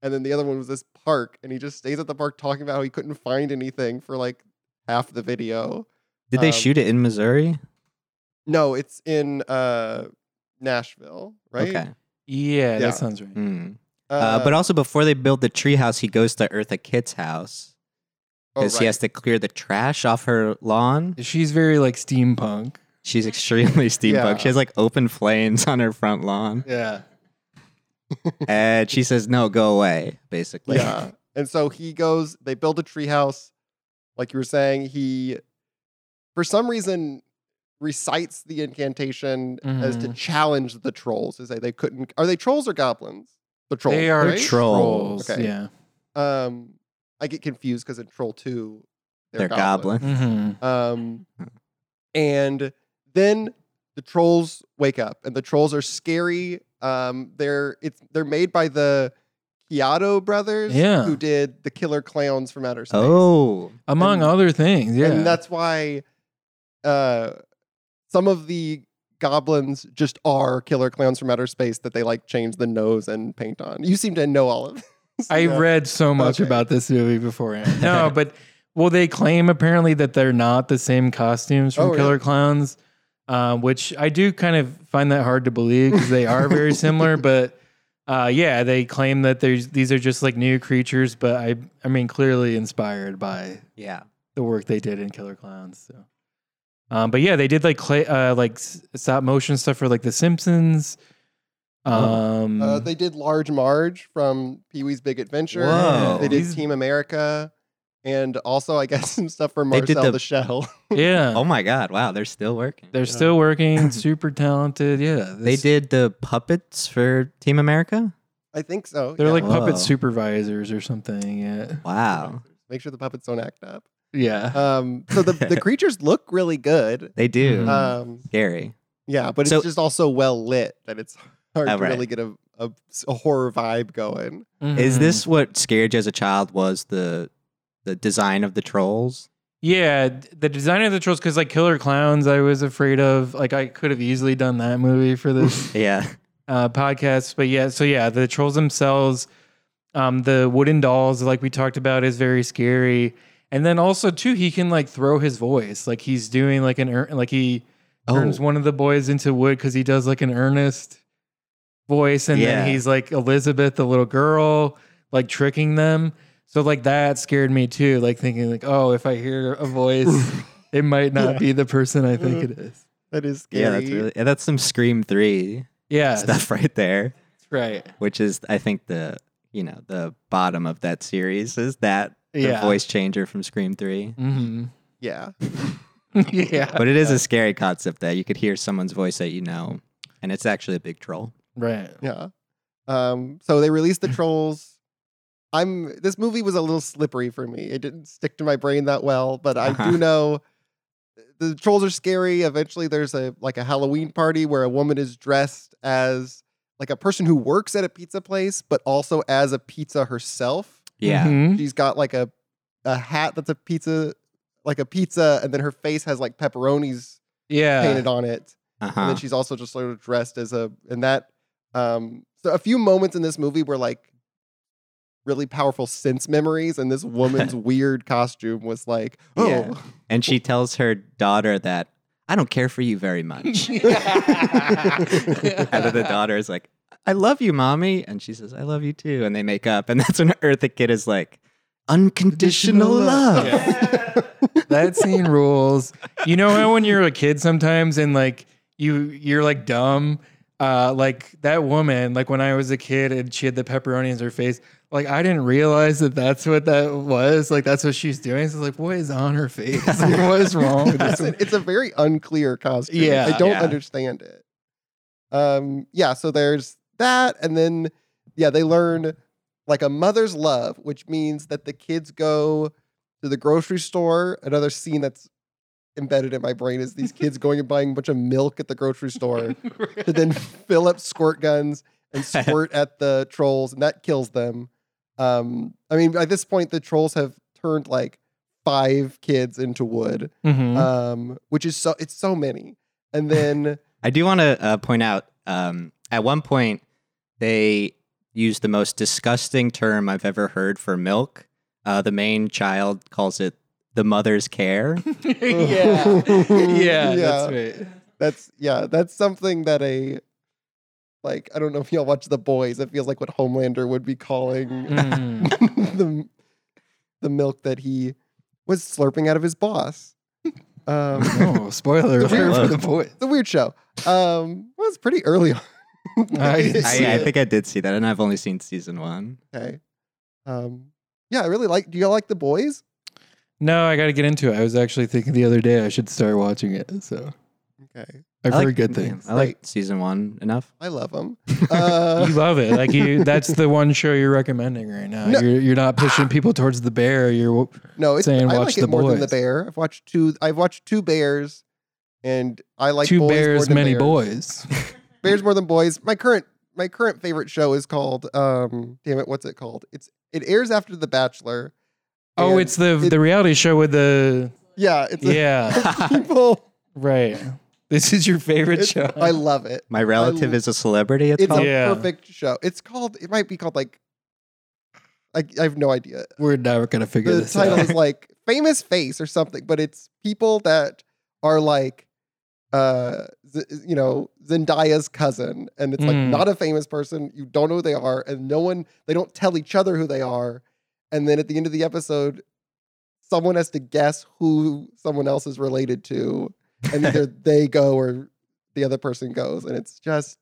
S1: and then the other one was this park. And he just stays at the park talking about how he couldn't find anything for like half the video.
S2: Did they
S1: Um,
S2: shoot it in Missouri?
S1: No, it's in uh, Nashville, right?
S2: Okay.
S3: Yeah,
S1: Yeah.
S3: that sounds right.
S2: Mm. Uh, but also before they build the treehouse, he goes to Eartha Kitt's house
S1: oh,
S2: because
S1: right.
S2: he has to clear the trash off her lawn.
S3: She's very like steampunk.
S2: She's extremely steampunk.
S1: Yeah.
S2: She has like open flames on her front lawn,
S3: Yeah.
S2: and she says, "No, go away." Basically,
S1: yeah. And so he goes, they build a treehouse. Like you were saying, he, for some reason, recites the incantation as
S3: Mm-hmm.
S1: to challenge the trolls to say they couldn't. Are they trolls or goblins? The trolls.
S3: They are
S1: right?
S2: Trolls.
S3: trolls.
S1: Okay.
S3: Yeah.
S1: Um, I get confused because in Troll 2, they're,
S2: they're goblin.
S3: Mm-hmm.
S1: Um, and then the trolls wake up, and the trolls are scary. Um, they're it's they're made by the Kyoto brothers,
S3: Yeah.
S1: who did the Killer Clowns from Outer Space.
S2: Oh,
S3: Among
S1: And-
S3: other things. Yeah.
S1: and that's why uh, some of the goblins just are Killer Clowns from Outer Space that they like change the nose and paint on. You seem to know all of. This.
S3: I
S1: Yeah.
S3: read so much
S1: Okay.
S3: about this movie beforehand. No, but well, they claim apparently that they're not the same costumes from
S1: Oh,
S3: Killer Clowns, um, which I do kind of find that hard to believe because they are very similar. But uh, yeah, they claim that there's these are just like new creatures, but I I mean clearly inspired by
S2: yeah.
S3: the work they did in Killer Clowns. So. Um, but yeah, they did like clay, uh, like s- stop motion stuff for like The Simpsons. Um,
S1: Uh, they did Large Marge from Pee Wee's Big Adventure.
S2: Whoa.
S1: They did
S3: These-
S1: Team America, and also I guess some stuff for
S2: They did
S1: Marcel the,
S2: the-
S1: Shell.
S3: yeah,
S2: Oh my God! Wow, they're still working.
S3: They're still working, super talented. Yeah,
S2: They
S3: this-
S2: did the puppets for Team America.
S1: I think so.
S3: They're
S1: yeah.
S3: like
S2: Whoa.
S3: puppet supervisors or something. Yeah,
S2: Wow,
S1: Make sure the puppets don't act up.
S3: yeah.
S1: Um, so the, the creatures look really good.
S2: they do.
S3: Mhm.
S1: Um,
S2: Scary.
S1: yeah, but
S2: So-
S1: it's just also well lit that it's hard
S2: Oh,
S1: to
S2: right.
S1: really get a, a, a horror vibe going.
S2: Is
S3: Mhm.
S2: this what scared you as a child? Was the the design of the trolls?
S3: Yeah, d- the design of the trolls because like Killer Clowns, I was afraid of. Like I could have easily done that movie for this
S2: Yeah.
S3: uh, podcast. But yeah, so yeah, the trolls themselves, um, the wooden dolls, like we talked about, is very scary. And then also too, he can like throw his voice, like he's doing like an ear- like he turns
S2: Oh.
S3: one of the boys into wood because he does like an earnest voice, and
S2: Yeah.
S3: then he's like Elizabeth, the little girl, like tricking them. So like that scared me too, like thinking like, oh, if I hear a voice, it might not be the person I think it is.
S1: That is scary.
S2: Yeah, that's really yeah, that's some Scream Three
S3: Yeah,
S2: stuff right there,
S3: that's right.
S2: which is I think the you know the bottom of that series is that the
S3: Yeah.
S2: voice changer from Scream Three.
S3: hmm
S1: yeah.
S3: yeah,
S2: But it is a scary concept that you could hear someone's voice that you know, and it's actually a big troll.
S3: right.
S1: Yeah. Um, so they released the trolls. I'm this movie was a little slippery for me. It didn't stick to my brain that well, but I
S2: Uh-huh.
S1: do know the trolls are scary. Eventually there's a like a Halloween party where a woman is dressed as like a person who works at a pizza place, but also as a pizza herself.
S2: Yeah.
S3: Mhm.
S1: She's got like a a hat that's a pizza like a pizza, and then her face has like pepperonis
S3: Yeah.
S1: painted on it
S2: Uh
S1: and
S2: huh.
S1: then she's also just sort of dressed as a and that um so a few moments in this movie were like really powerful sense memories and this woman's weird costume was like oh
S2: Yeah. And she tells her daughter that I don't care for you very much. and then the daughter is like, I love you, mommy. And she says, I love you too. And they make up. And that's when Eartha Kid is like, unconditional love.
S3: that scene rules. You know how when you're a kid sometimes and like you you're like dumb uh, like that woman, like when I was a kid and she had the pepperonis in her face, like I didn't realize that that's what that was. Like that's what she's doing. So like, what is on her face? Like, what is wrong with this?
S1: it's, a, it's a very unclear costume.
S3: Yeah.
S1: I don't
S2: Yeah.
S1: understand it. Um, yeah, so there's that, and then yeah, they learn like a mother's love, which means that the kids go to the grocery store. Another scene that's embedded in my brain is these kids going and buying a bunch of milk at the grocery store to then fill up squirt guns and squirt at the trolls, and that kills them. Um, I mean, at this point, the trolls have turned like five kids into wood
S3: Mhm.
S1: um, which is so it's so many. And then
S2: I do want to uh, point out um, at one point they used the most disgusting term I've ever heard for milk. Uh, the main child calls it the mother's care.
S3: yeah. yeah, that's right.
S1: that's yeah, that's something that a like I don't know if y'all watch The Boys. It feels like what Homelander would be calling
S3: Mm.
S1: the the milk that he was slurping out of his boss. Um,
S3: Oh, spoiler
S1: The
S3: alert for
S2: weird-
S3: the boy.
S1: the weird show. Um, well, it's pretty early on.
S3: I didn't see
S2: I, I think I did see that, and I've only seen season one.
S1: okay. Um, yeah, I really like. Do y'all like The Boys?
S3: No, I got to get into it. I was actually thinking the other day I should start watching it. So
S1: Okay,
S3: I've
S2: I like-
S3: heard good
S2: yeah,
S3: things.
S2: I like season one enough.
S1: I love them. Uh,
S3: you love it, like you—that's the one show you're recommending right now.
S1: No.
S3: You're, you're not pushing people towards the bear. You're
S1: No, it's
S3: saying
S1: I
S3: watch
S1: like it
S3: The
S1: more than the
S3: Boys.
S1: bear. I've watched two. I've watched two bears, and I like
S3: two
S1: boys more
S3: bears,
S1: than
S3: many
S1: bears.
S3: boys.
S1: Bears more than boys. My current my current favorite show is called. Um, damn it, what's it called? It's it airs after The Bachelor.
S3: Oh,
S1: and
S3: it's the
S1: it-
S3: the reality show with the
S1: yeah, it's a-
S3: yeah
S1: people.
S3: right. This is your favorite
S1: It's,
S3: show.
S1: I love it.
S2: My relative is a celebrity. It's,
S1: It's
S2: called.
S1: a
S3: Yeah.
S1: perfect show. It's called. It might be called like. I, I have no idea.
S3: We're never gonna figure
S1: the
S3: this
S1: title
S3: out.
S1: is like famous face or something but it's people that are like uh Z- you know zendaya's cousin and it's like
S3: Mm.
S1: not a famous person you don't know who they are and no one they don't tell each other who they are and then at the end of the episode someone has to guess who someone else is related to and either they go or the other person goes and it's just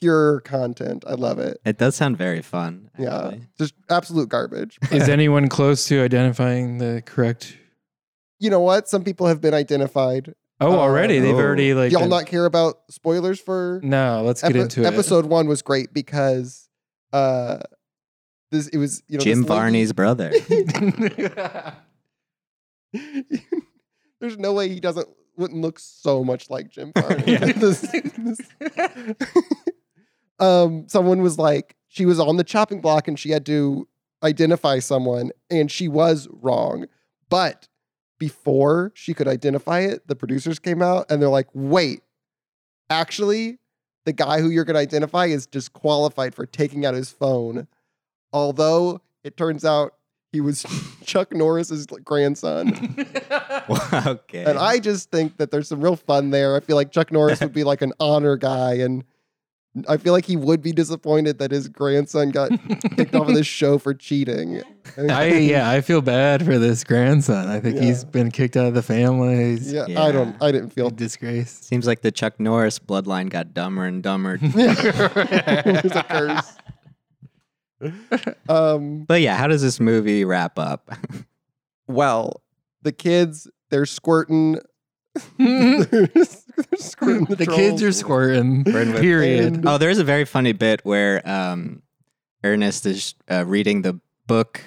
S1: pure content i love it
S2: It does sound very fun.
S1: yeah
S2: actually.
S1: just absolute garbage
S3: Is anyone close to identifying the correct?
S1: you know what? Some people have been identified.
S3: Oh,
S1: Uh,
S3: already they've
S2: Oh.
S3: already like
S1: Y'all
S3: been-
S1: not care about spoilers for
S3: No, let's get
S1: epi-
S3: into it.
S1: episode one was great because uh this it was you know
S2: Jim
S1: this lady-
S2: Varney's brother.
S1: There's no way he doesn't wouldn't look so much like Jim Varney.
S3: Yeah.
S1: This- this- um, someone was like, she was on the chopping block and she had to identify someone, and she was wrong. But before she could identify it, the producers came out and they're like, wait, actually, the guy who you're going to identify is disqualified for taking out his phone. Although it turns out he was Chuck Norris's grandson.
S2: okay.
S1: And I just think that there's some real fun there. I feel like Chuck Norris would be like an honor guy, and I feel like he would be disappointed that his grandson got kicked off of this show for cheating.
S3: I yeah, I feel bad for this grandson. I think
S1: Yeah.
S3: he's been kicked out of the family. He's
S1: yeah, I don't.
S2: Yeah.
S1: I didn't feel.
S3: in disgrace.
S2: Seems like the Chuck Norris bloodline got dumber and dumber.
S1: it was a curse. Um.
S2: but yeah, how does this movie wrap up?
S1: Well, the kids they're squirting. they're squirting the,
S3: the kids are
S1: trolls.
S3: squirting.
S2: We're in with-
S3: Period.
S1: And-
S2: Oh, there's a very funny bit where um, Ernest is uh, reading the book,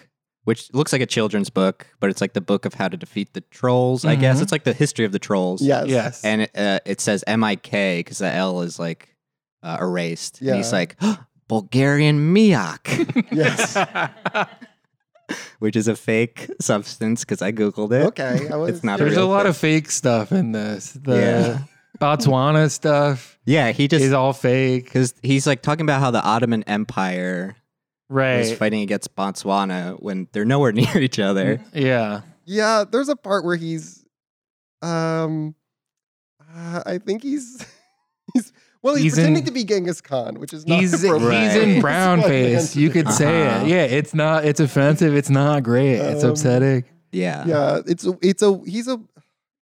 S2: which looks like a children's book, but it's like the book of how to defeat the trolls. I guess
S3: Mhm.
S2: it's like the history of the trolls.
S1: Yes.
S3: Yes.
S2: and it, uh, it says M I K because the L is like uh, erased. And he's
S1: Yeah.
S2: like Bulgarian miak,
S1: Yes.
S2: which is a fake substance because I googled it.
S1: Okay. I was,
S2: It's not
S3: There's a
S2: real
S3: lot
S2: thing.
S3: of fake stuff in this. The
S2: Yeah.
S3: Botswana stuff
S2: Yeah, he
S3: is
S2: just
S3: all fake.
S2: because he's like talking about how the Ottoman Empire was
S3: Right.
S2: fighting against Botswana when they're nowhere near each
S1: Mm-hmm.
S2: other.
S3: Yeah.
S1: Yeah, there's a part where he's, um, uh, I think he's, he's well, he's,
S3: He's
S1: pretending
S3: in-
S1: to be Genghis Khan, which is not
S3: He's, he's
S1: appropriate.
S2: Right.
S3: in brown
S1: It's what man
S3: face.
S1: to
S3: You
S1: do.
S3: could say
S2: Uh-huh.
S3: it. Yeah, it's not it's offensive. It's not great. It's
S1: Um,
S3: upsetting.
S2: Yeah.
S1: yeah, it's a, it's a he's a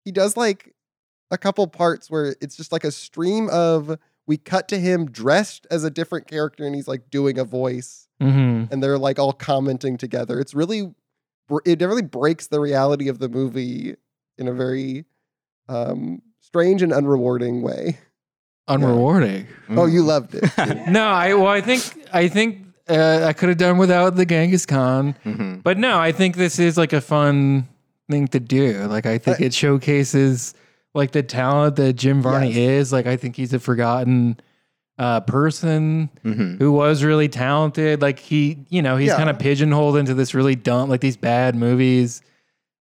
S1: he does like a couple parts where it's just like a stream of We cut to him dressed as a different character and he's like doing a voice
S3: Mm-hmm.
S1: and they're like all commenting together. It's really, br- it really breaks the reality of the movie in a very um, strange and unrewarding way.
S3: Unrewarding.
S2: Mm-hmm.
S1: Oh,
S2: Mm.
S1: you loved it.
S3: No, I well, I think I think uh, I could have done without the Genghis Khan,
S2: Mhm.
S3: but no, I think this is like a fun thing to do. Like I
S1: Uh,
S3: think it showcases like the talent that Jim Varney is. Like I think he's a forgotten uh, person
S2: Mhm.
S3: who was really talented. Like he, you know, he's
S1: Yeah.
S3: kind of pigeonholed into this really dumb, like these bad movies.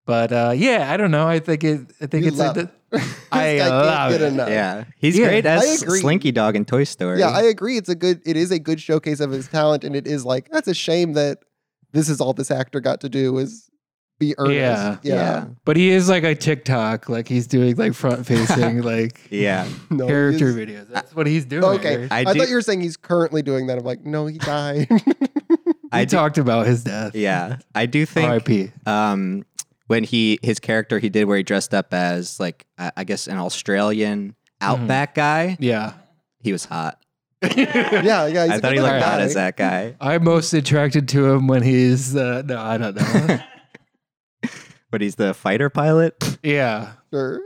S3: But uh, yeah, I don't know. I think it. I think
S1: You
S3: it's like
S1: love
S3: the,
S1: This
S3: I
S1: guy can't
S3: love
S1: get
S3: it.
S1: enough.
S2: Yeah, he's
S3: Yeah,
S2: great
S1: I
S2: as
S1: agree.
S2: Slinky Dog in Toy Story.
S1: Yeah, I agree. It's a good. It is a good showcase of his talent, and it is like that's a shame that this is all this actor got to do is be earnest.
S3: Yeah.
S1: yeah.
S3: But he is like a TikTok. Like he's doing like front facing like
S2: yeah.
S1: No, he
S3: character
S1: is-
S3: videos. That's what he's doing.
S1: Okay,
S3: right?
S1: I,
S2: I
S1: thought
S2: do-
S1: you were saying he's currently doing that. I'm like, no, he died.
S2: I
S3: I
S2: do,
S3: talked about his death.
S2: yeah, I do think
S3: R.I.P.
S2: um, when he his character he did where he dressed up as like I, I guess an Australian outback
S3: Mm-hmm.
S2: guy.
S3: Yeah.
S2: He was hot.
S1: yeah, yeah. He's
S2: I
S1: a
S2: thought he
S1: good
S2: looked
S1: guy.
S2: hot as that guy.
S3: I'm most attracted to him when he's uh, no, I don't know.
S2: But he's the fighter pilot.
S3: yeah.
S1: Sure.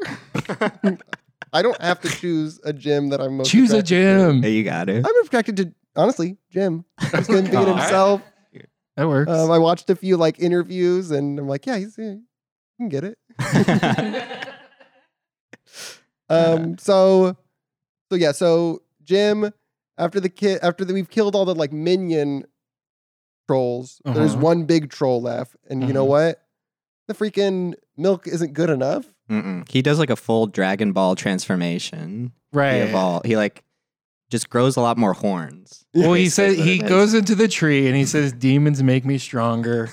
S1: I don't have to choose a gym that I'm most.
S3: Choose a
S1: attracted to.
S3: gym.
S2: you got it.
S1: I'm attracted to honestly Jim. He's good being
S3: God.
S1: himself.
S3: That works.
S1: Um, I watched a few like interviews, and I'm like, yeah, he's yeah, you can get it. Um. So, so yeah. So Jim, after the kid, after the, we've killed all the like minion trolls, there's
S3: Uh-huh.
S1: one big troll left, and you know what? The freaking milk isn't good enough.
S2: Mm-mm. He does like a full Dragon Ball transformation. He
S3: right.
S2: evol- He like just grows a lot more horns.
S3: Well, he
S2: Basically
S3: says
S2: what
S3: he
S2: it is.
S3: goes into the tree and he says, "Demons make me stronger,"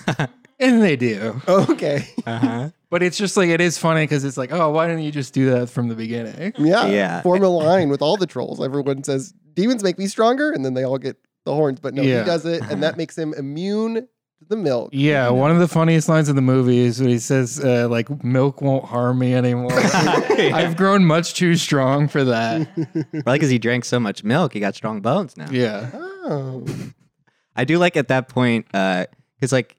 S3: and they do.
S1: Okay.
S2: Uh-huh.
S3: But it's just like it is funny because it's like, oh, why didn't you just do that from the beginning?
S1: Yeah.
S2: Yeah.
S1: Form a line with all the trolls. Everyone says demons make me stronger, and then they all get the horns. But no,
S3: Yeah.
S1: he does it, and that makes him immune to the milk.
S3: Yeah, one of the funniest lines in the movie is when he says, uh, "Like milk won't harm me anymore." I've grown much too strong for that.
S2: Probably because he drank so much milk, he got strong bones now.
S3: Yeah,
S1: Oh.
S2: I do like at that point because like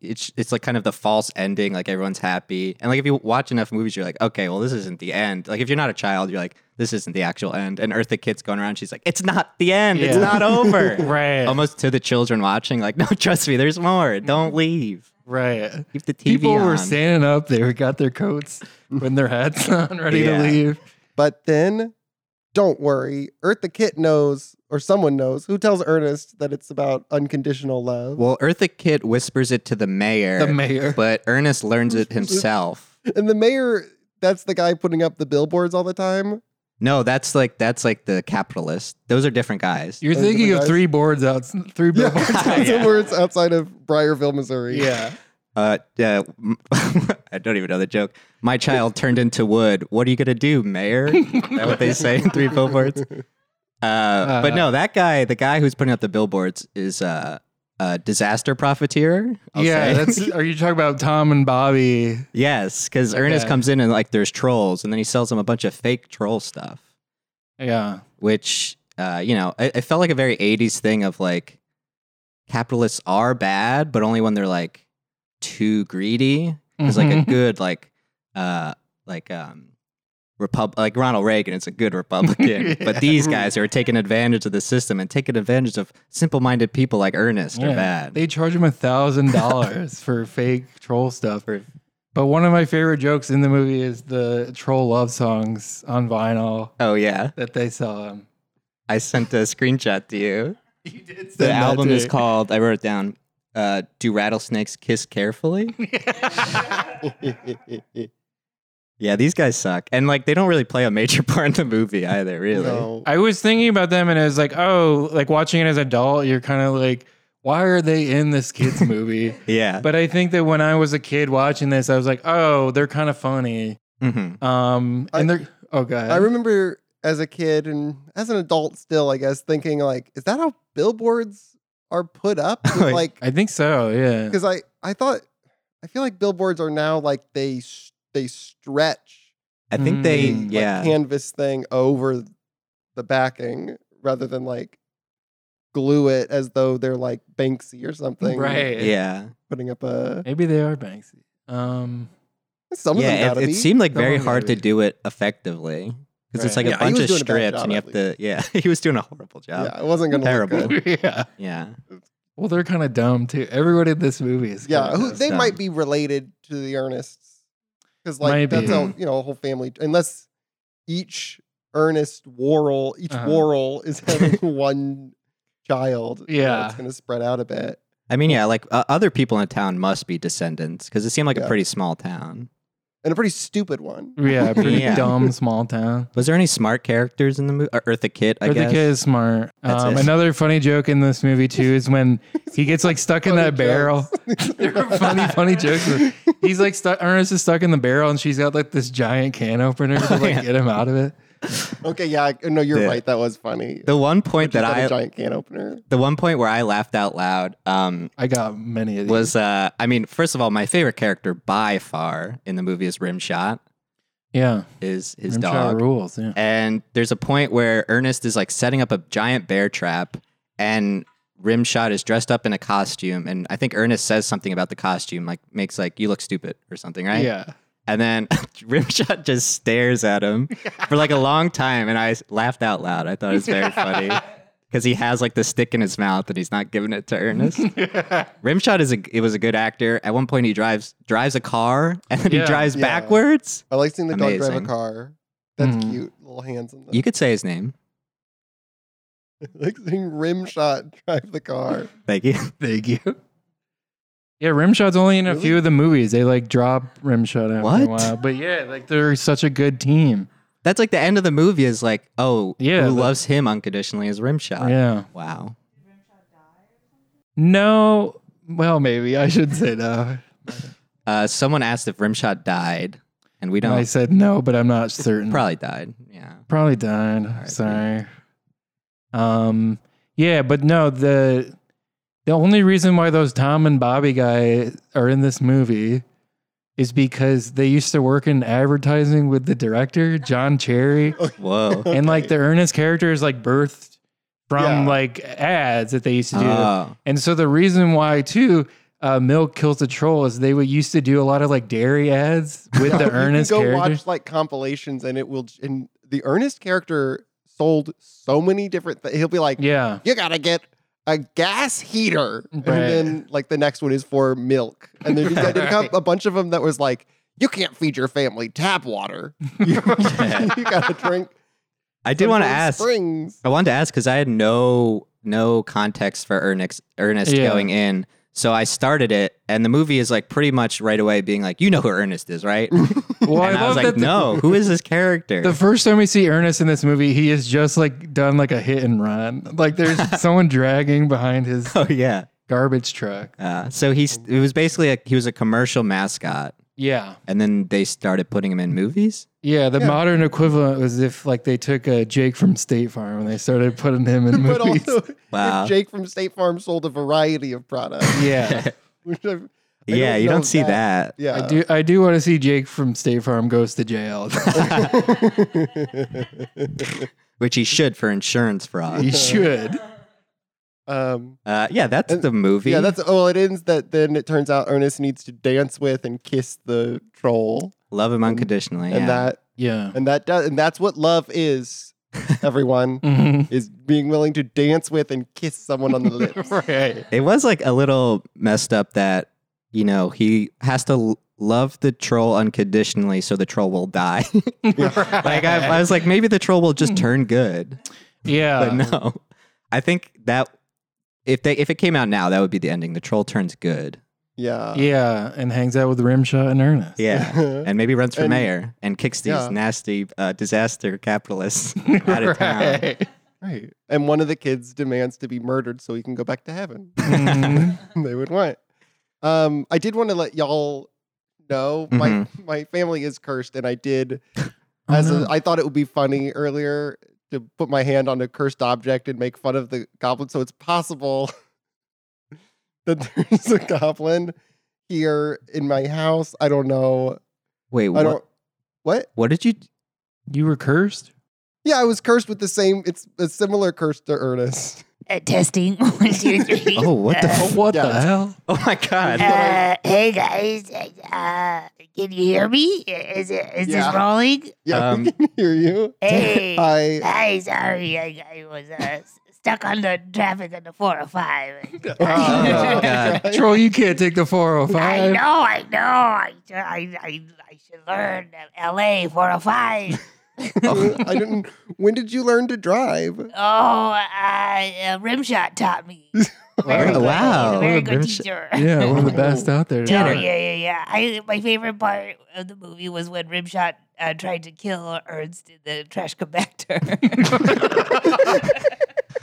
S2: it's it's like kind of the false ending. Like everyone's happy, and like if you watch enough movies, you're like, okay, well this isn't the end. Like if you're not a child, you're like, this isn't the actual end. And Eartha Kitt's going around, she's like, it's not the end. It's
S3: Yeah.
S2: not over.
S3: right,
S2: Almost to the children watching, like, no, trust me, there's more. Don't leave.
S3: right.
S2: Keep the TV
S3: People
S2: on.
S3: were standing up; they were- got their coats, putting their hats on, ready
S2: Yeah.
S3: to leave.
S1: But then, don't worry, Eartha Kitt knows, or someone knows, who tells Ernest that it's about unconditional love.
S2: Well, Eartha Kitt whispers it to the mayor,
S3: The mayor.
S2: but Ernest learns it himself.
S1: and the mayor, that's the guy putting up the billboards all the time.
S2: No, that's like that's like the capitalist. Those are different guys.
S3: You're
S1: Those are
S3: thinking
S1: the
S3: of
S1: guys.
S3: three boards out, three billboards.
S2: Yeah.
S1: Those are words outside of Briarville, Missouri.
S3: yeah.
S2: Uh, uh, I don't even know the joke. My child turned into wood. What are you gonna do, mayor? Is that what they say in three billboards. Uh,
S3: Uh-huh.
S2: but no, that guy, the guy who's putting up the billboards, is uh, a disaster profiteer. I'll
S3: yeah,
S2: say.
S3: that's. Are you talking about Tom and Bobby?
S2: yes, because Ernest
S3: Okay.
S2: comes in and like there's trolls, and then he sells them a bunch of fake troll stuff.
S3: Yeah,
S2: which uh, you know, it, it felt like a very '80s thing of like capitalists are bad, but only when they're like too greedy. It's like a
S3: Mhm.
S2: good like uh like um Repub- like Ronald Reagan is a good Republican, but these guys who are taking advantage of the system and taking advantage of simple-minded people like Ernest are
S3: Yeah.
S2: bad.
S3: They charge him a thousand dollars for fake troll stuff.
S2: For-
S3: But one of my favorite jokes in the movie is the troll love songs on vinyl
S2: oh yeah,
S3: that they sell him.
S2: I sent a screenshot to you.
S3: You did
S2: The album is called. I wrote it down. Uh, Do rattlesnakes kiss carefully? Yeah, these guys suck. And like they don't really play a major part in the movie either, really.
S1: No.
S3: I was thinking about them and I was like, oh, like watching it as an adult, you're kind of like, why are they in this kids movie?
S2: Yeah.
S3: but I think that when I was a kid watching this, I was like, oh, they're kind of funny.
S2: hmm
S3: Um, and
S1: I-
S3: they're oh god,
S1: I remember as a kid and as an adult still, I guess, thinking like, is that how billboards are put up? With, like,
S3: I think so. Yeah.
S1: because I, I thought, I feel like billboards are now like they, s- they stretch
S2: I think they
S3: Mm.
S2: yeah.
S1: like, canvas thing over the backing rather than like glue it as though they're like Banksy or something.
S3: Right.
S2: Yeah.
S1: Putting up a
S3: Maybe they are Banksy. Um,
S1: some of them
S2: yeah.
S1: gotta
S2: It, it
S1: be.
S2: seemed like
S3: Some
S2: very
S3: of them
S2: hard
S3: gotta
S2: to
S3: be.
S2: do it effectively because it's
S3: Right.
S2: like
S1: Yeah,
S2: a
S1: he
S2: bunch
S1: was
S2: of
S1: doing a bad
S2: strips
S1: job,
S2: and you
S1: at
S2: have to, yeah, he was doing a horrible
S1: yeah,
S2: job.
S1: I wasn't gonna
S2: Terrible.
S1: look good.
S3: yeah.
S2: Yeah.
S3: Well, they're kind of dumb too. Everyone in this movie is. kinda
S1: Yeah, who,
S3: dumb.
S1: they
S2: dumb.
S1: might be related to the Ernest because like
S3: Might
S1: that's
S3: be.
S1: how you know a whole family unless each Ernest Worrell each
S3: Uh-huh.
S1: Worrell is having one child. you know,
S3: Yeah.
S1: it's gonna spread out a bit.
S2: I mean, yeah, like uh, other people in town must be descendants because it seemed like a
S1: Yeah.
S2: pretty small town.
S1: and a pretty stupid one.
S3: Yeah, pretty
S2: Yeah.
S3: dumb small town.
S2: Was there any smart characters in the movie? Or Eartha Kitt, I
S3: But the
S2: guess.
S3: kid is smart.
S2: That's
S3: Um,
S2: it.
S3: another funny joke in this movie too is when he gets like stuck in
S1: Funny
S3: that barrel.
S1: jokes.
S3: there are funny, funny jokes. He's like stuck. Ernest is stuck in the barrel, and she's got like this giant can opener to like
S2: yeah.
S3: get him out of it.
S1: okay, yeah, I- no, you're
S2: The-
S1: right. That was funny.
S2: The one point that
S1: She's got a
S2: I,
S1: giant can opener.
S2: the one point where I laughed out loud, um,
S3: I got many of these.
S2: was uh I mean, first of all, my favorite character by far in the movie is Rimshot,
S3: yeah,
S2: is his
S3: Rimshot
S2: dog.
S3: rules. Yeah,
S2: And there's a point where Ernest is like setting up a giant bear trap and Rimshot is dressed up in a costume and I think Ernest says something about the costume, like makes like you look stupid or something, right?
S3: yeah.
S2: And then Rimshot just stares at him for like a long time and I s- laughed out loud. I thought it was very funny. Because he has like the stick in his mouth and he's not giving it to Ernest. Rimshot is a it was a good actor. At one point he drives drives a car and then
S3: Yeah.
S2: he drives
S1: Yeah.
S2: backwards.
S1: I like seeing the dog drive
S2: Amazing. Mm-hmm.
S1: a car. That's
S3: Mhm.
S1: cute. Little hands on
S2: You
S1: the.
S2: could say his name.
S1: I like seeing Rimshot drive the car.
S2: Thank you.
S3: Thank you. Yeah, Rimshot's only in a
S1: Really?
S3: few of the movies. They like drop Rimshot after a
S2: What?
S3: while, but yeah, like they're such a good team.
S2: That's like the end of the movie is like, oh,
S3: Yeah,
S2: who
S3: the-
S2: loves him unconditionally is Rimshot.
S3: Yeah.
S2: Wow.
S3: No, well, maybe I should say no.
S2: Uh, someone asked if Rimshot died, and we
S3: And
S2: don't.
S3: I said no, but I'm not certain.
S2: Probably died. Yeah.
S3: Probably died.
S2: right.
S3: Sorry. Um. Yeah, but no the the only reason why those Tom and Bobby guy are in this movie is because they used to work in advertising with the director John Cherry.
S2: Whoa.
S3: and like the earnest character is like birthed from
S1: Yeah.
S3: like ads that they used to do.
S2: Oh.
S3: and so the reason why too uh, Milk Kills the Troll is they would used to do a lot of like dairy ads with
S1: No,
S3: the earnest
S1: you can go
S3: character.
S1: watch like compilations and it will j- and the earnest character sold so many different things he'll be like
S3: yeah.
S1: you gotta get a gas heater and
S3: Right.
S1: then like the next one is for milk and then I did a bunch of them that was like you can't feed your family tap water you, you gotta drink
S2: I did want to ask.
S1: springs
S2: I wanted to ask because I had no no context for Ernest Ernest
S3: Yeah.
S2: going in. So I started it, and the movie is like pretty much right away being like, you know who Ernest is, right?
S3: Well,
S2: and I, was like,
S3: the-
S2: no, who is this character?
S3: The first time we see Ernest in this movie, he is just like done like a hit and run. Like there's someone dragging behind his
S2: oh yeah.
S3: garbage truck.
S2: Uh, so he's it was basically a, he was a commercial mascot,
S3: Yeah.
S2: and then they started putting him in movies.
S3: Yeah. The
S1: Yeah.
S3: modern equivalent was if like they took uh, Jake from State Farm and they started putting him in
S1: but
S3: movies.
S1: also
S2: Wow.
S1: if Jake from State Farm sold a variety of products
S3: yeah.
S1: which I've, I
S2: yeah, you
S1: know
S2: don't see that.
S1: yeah
S3: I do. I do want to see Jake from State Farm goes to jail.
S2: which he should for insurance
S3: he
S2: fraud.
S3: should.
S1: um
S2: Uh, yeah, that's
S1: And-
S2: the movie.
S1: Yeah, that's oh, it ends that then it turns out Ernest needs to dance with and kiss the troll,
S2: love him unconditionally.
S1: and
S2: yeah.
S1: that
S3: Yeah.
S1: and that does and that's what love is. Everyone
S3: Mhm.
S1: is being willing to dance with and kiss someone on the lips.
S3: Right.
S2: It was like a little messed up that, you know, he has to l- love the troll unconditionally so the troll will die. like, I, I was like, maybe the troll will
S1: Hmm.
S2: just turn good.
S1: Uh,
S2: But
S3: Yeah.
S2: no, I think that if they if it came out now, that would be the ending. The troll turns good.
S1: Yeah,
S3: Yeah. And hangs out with Rimshot and Ernest.
S2: Yeah. And maybe runs for
S1: And-
S2: mayor and kicks these
S1: Yeah.
S2: nasty uh, disaster capitalists out of town.
S3: Right.
S1: right. And one of the kids demands to be murdered so he can go back to heaven.
S3: Mhm.
S1: they would want. Um, I did want to let y'all know my my family is cursed, and I did
S3: Oh,
S1: as
S3: no.
S1: a, I thought it would be funny earlier to put my hand on a cursed object and make fun of the goblin. So it's possible that there's a goblin here in my house. I don't know.
S2: Wait,
S1: I
S2: what,
S1: don't. What?
S2: what did you?
S3: You were cursed.
S1: Yeah, I was cursed with the same. It's a similar curse to Ernest.
S4: Uh, testing one, two, three.
S2: Oh, what the?
S4: Uh,
S2: F-
S3: What
S1: Yeah.
S3: the hell?
S2: oh my god!
S4: uh, hey guys, uh, can you hear me? Is it is
S1: Yeah.
S4: this rolling?
S1: Yeah,
S2: Um,
S1: we can hear you.
S4: Hey,
S1: I
S4: hi, sorry, I, I was uh, s- stuck on the traffic on the four oh five.
S2: Oh, God.
S3: Troll, you can't take the 405.
S4: I know, I know. I, sh- I, I, I should learn the LA 405.
S1: I didn't. When did you learn to drive?
S4: oh, uh, uh, Rimshot taught me. Very good.
S2: Wow.
S4: He's a very
S2: What a
S4: good
S2: Rimshot-
S4: teacher.
S3: Yeah, one of the best out there.
S4: Oh,
S2: Tanner.
S4: yeah, yeah, yeah. I, my favorite part of the movie was when Rimshot uh, tried to kill Ernst in the trash compactor.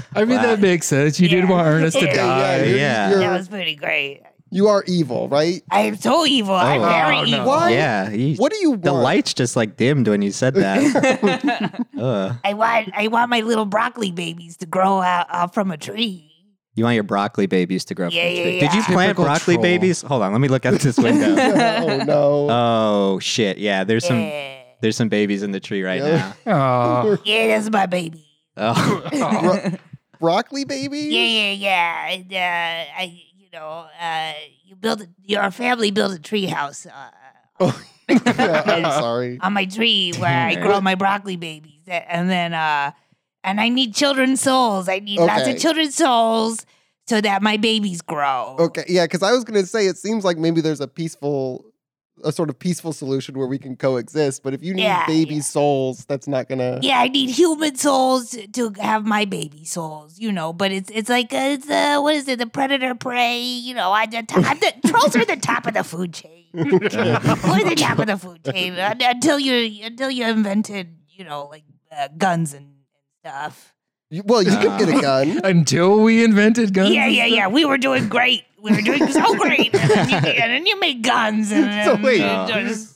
S3: I mean,
S2: Wow.
S3: that makes sense. You did
S4: Yeah.
S3: want Ernest to
S4: Yeah,
S3: die.
S1: you're-
S2: yeah.
S1: you're-
S4: that was pretty great.
S1: you are evil, right?
S4: I am so evil. I'm
S2: Oh.
S4: very
S3: Oh, no.
S4: evil.
S1: Why?
S2: Yeah, he,
S1: What do you want?
S2: the lights just like dimmed when you said that. Ugh.
S4: I want, I want my little broccoli babies to grow out uh, from a tree.
S2: You want your broccoli babies to grow up.
S4: Yeah, yeah,
S2: Did you
S4: yeah.
S2: plant
S3: Typical
S2: broccoli
S3: troll.
S2: babies? Hold on, let me look out this window.
S1: oh no.
S2: oh shit! Yeah, there's some
S4: yeah.
S2: there's some babies in the tree right
S1: Yeah.
S2: Uh,
S3: Aw.
S4: yeah, that's my baby.
S2: now. Oh,
S3: Aw.
S1: Broccoli baby?
S4: Yeah, yeah, yeah. And, uh, I, you know, uh, you build a, your family built a tree house uh,
S1: Yeah, I'm sorry.
S4: on my tree where I
S2: Damn.
S4: grow my broccoli babies, A- and then uh, and I need children's souls. I need lots
S1: Okay.
S4: of children's souls so that my babies grow.
S1: Okay, yeah, because I was gonna say it seems like maybe there's a peaceful, a sort of peaceful solution where we can coexist. But if you need
S4: Yeah,
S1: baby
S4: yeah.
S1: souls, that's not gonna.
S4: Yeah, I need human souls to have my baby souls, you know. But it's it's like uh, it's uh, what is it? The predator prey, you know. I the, top, the trolls are the top of the food chain. We're the top of the food chain un- until you until you invented, you know, like uh, guns and stuff.
S1: You- Well, you can get a gun.
S3: Until we invented guns.
S4: Yeah,
S3: and
S4: yeah,
S3: stuff.
S4: yeah. We were doing great. We were doing so great, and then you, and then you made guns. And then
S1: So wait.
S4: you just-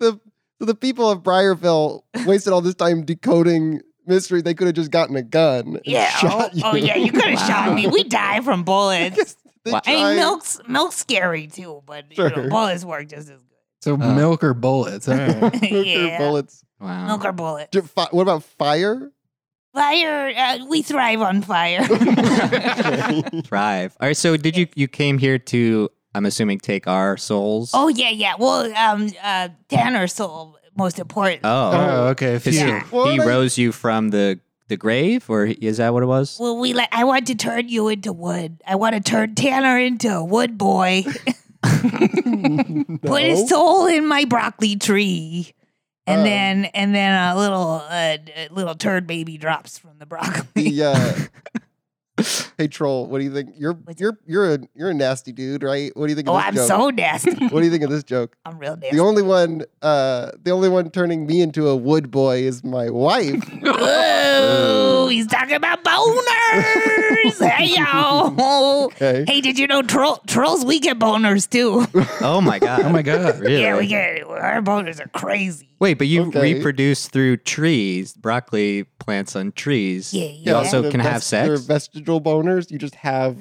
S1: the so the people of Briarville wasted all this time decoding mystery. They could have just gotten a gun. and
S4: yeah. Oh,
S1: shot you.
S4: oh, yeah. You could have shot me. We die from bullets.
S1: They
S2: Wow.
S4: I mean,
S1: tried-
S4: milk's milk's scary too, but you
S1: Sure.
S4: know, bullets work just as
S3: So
S4: Uh-huh.
S2: Uh.
S3: milk or bullets. all right.
S4: good.
S1: Nuclear
S4: yeah,
S1: bullets.
S2: wow.
S4: milk or bullet.
S1: Ju- fi- What about fire?
S4: Fire. Uh, we thrive on fire.
S2: Thrive. All right. So did you you came here to? I'm assuming take our souls.
S4: oh yeah, yeah. Well, um, uh, Tanner soul most important.
S2: Oh.
S3: Oh, okay.
S2: Is
S3: Phew.
S4: Yeah.
S1: Well,
S2: he
S1: they-
S2: rose you from the the grave, or is that what it was?
S4: Well, we like. I want to turn you into wood. I want to turn Tanner into a wood boy. Put his soul in my broccoli tree, and
S1: Oh.
S4: then and then a little uh, d- little turd baby drops from the broccoli.
S1: the uh, hey troll, what do you think? You're
S4: What's-
S1: you're you're a you're a nasty dude, right? What do you think?
S4: oh,
S1: of this
S4: I'm
S1: joke?
S4: so nasty.
S1: What do you think of this joke?
S4: I'm real nasty.
S1: The only one, uh, the only one turning me into a wood boy is my wife.
S4: Ooh, he's talking about boners. hey, y'all.
S1: Okay.
S4: Hey, did you know troll, trolls, we get boners too?
S2: Oh my god.
S3: Oh my god.
S2: Really?
S4: Yeah, we get Our boners are crazy.
S2: Wait, but you
S1: Okay.
S2: reproduce through trees, broccoli plants on trees.
S4: Yeah,
S2: You
S4: yeah.
S2: also
S1: they're
S2: can have
S1: vest- they're
S2: sex.
S1: vestigial boners. You just have.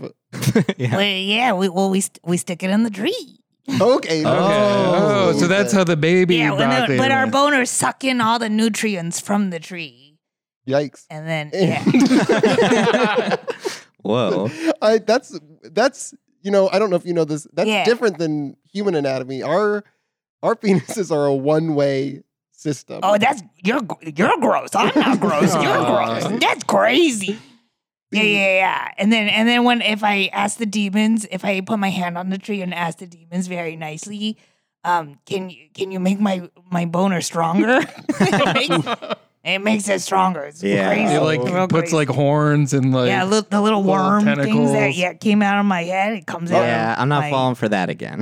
S2: yeah.
S4: Well, yeah, we, well, we, st- we stick it in the tree.
S1: Okay.
S3: Oh, so that's how the baby
S4: yeah, well, no,
S3: broccoli
S4: but our
S3: went.
S4: boners suck in all the nutrients from the tree.
S1: Yikes.
S4: And then, yeah.
S1: yeah.
S2: Whoa.
S1: I that's that's you know I don't know if you know this. That's
S4: Yeah.
S1: different than human anatomy. Our our penises are a one way system.
S4: Oh, that's you're you're gross. I'm not gross. You're
S3: Aw.
S4: gross. That's crazy. Yeah, yeah, yeah. And then and then when if I ask the demons, if I put my hand on the tree and ask the demons very nicely, um, can you can you make my my boner stronger? it, makes, it makes it stronger. It's
S2: Yeah.
S4: crazy.
S3: It like
S4: Oh, Real
S3: puts
S4: crazy.
S3: like horns and like
S4: yeah, look, the little
S3: little
S4: worm things that
S3: tentacles.
S4: yeah came out of my head. It comes out.
S2: Yeah,
S4: of
S2: I'm not
S4: my-
S2: falling for that again.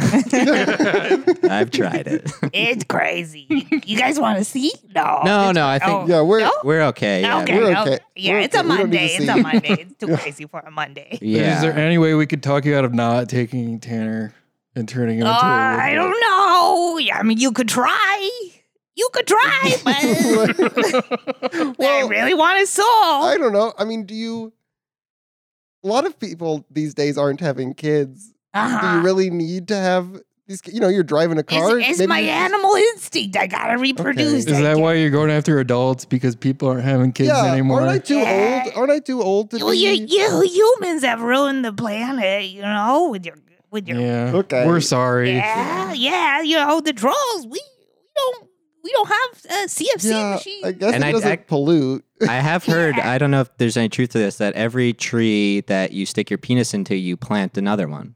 S2: I've tried it.
S4: Oh, It's crazy. you guys want to see? No.
S2: No,
S4: It's-
S2: no, I
S4: oh.
S2: think
S1: yeah, we're
S4: No?
S2: we're okay. Yeah.
S4: okay,
S1: we're
S4: okay.
S1: okay.
S4: Yeah,
S1: We're
S4: it's a
S1: okay. We don't need
S4: Monday.
S1: to
S4: It's a
S1: see.
S4: Monday. It's too crazy for a Monday.
S2: Yeah.
S3: Is there any way we could talk you out of not taking Tanner and turning him
S4: Uh,
S3: into a
S4: I
S3: woodwork?
S4: don't know. Yeah, I mean, you could try. You could try, but I really want his soul.
S1: I don't know. I mean, do you? A lot of people these days aren't having kids. Do
S4: uh-huh.
S1: you really need to have these, you know, you're driving a car.
S4: It's, it's
S1: maybe
S4: my
S1: you're-
S4: animal instinct. I gotta reproduce.
S3: Is
S4: I
S3: that
S4: can't-
S3: why you're going after adults because people aren't having kids
S1: Yeah,
S3: anymore?
S1: aren't I too
S4: Yeah.
S1: old? Aren't I too old to
S4: Well,
S1: be?
S4: you, you humans have ruined the planet. You know, with your with your
S3: yeah.
S1: Okay.
S3: We're sorry.
S4: yeah, yeah. You know, the trolls. We we don't we don't have uh, CFC
S1: yeah,
S4: machines.
S1: I guess
S2: And
S1: it
S2: I-
S1: doesn't
S2: I-
S1: pollute.
S2: I have heard, I don't know if there's any truth to this, that every tree that you stick your penis into, you plant another one.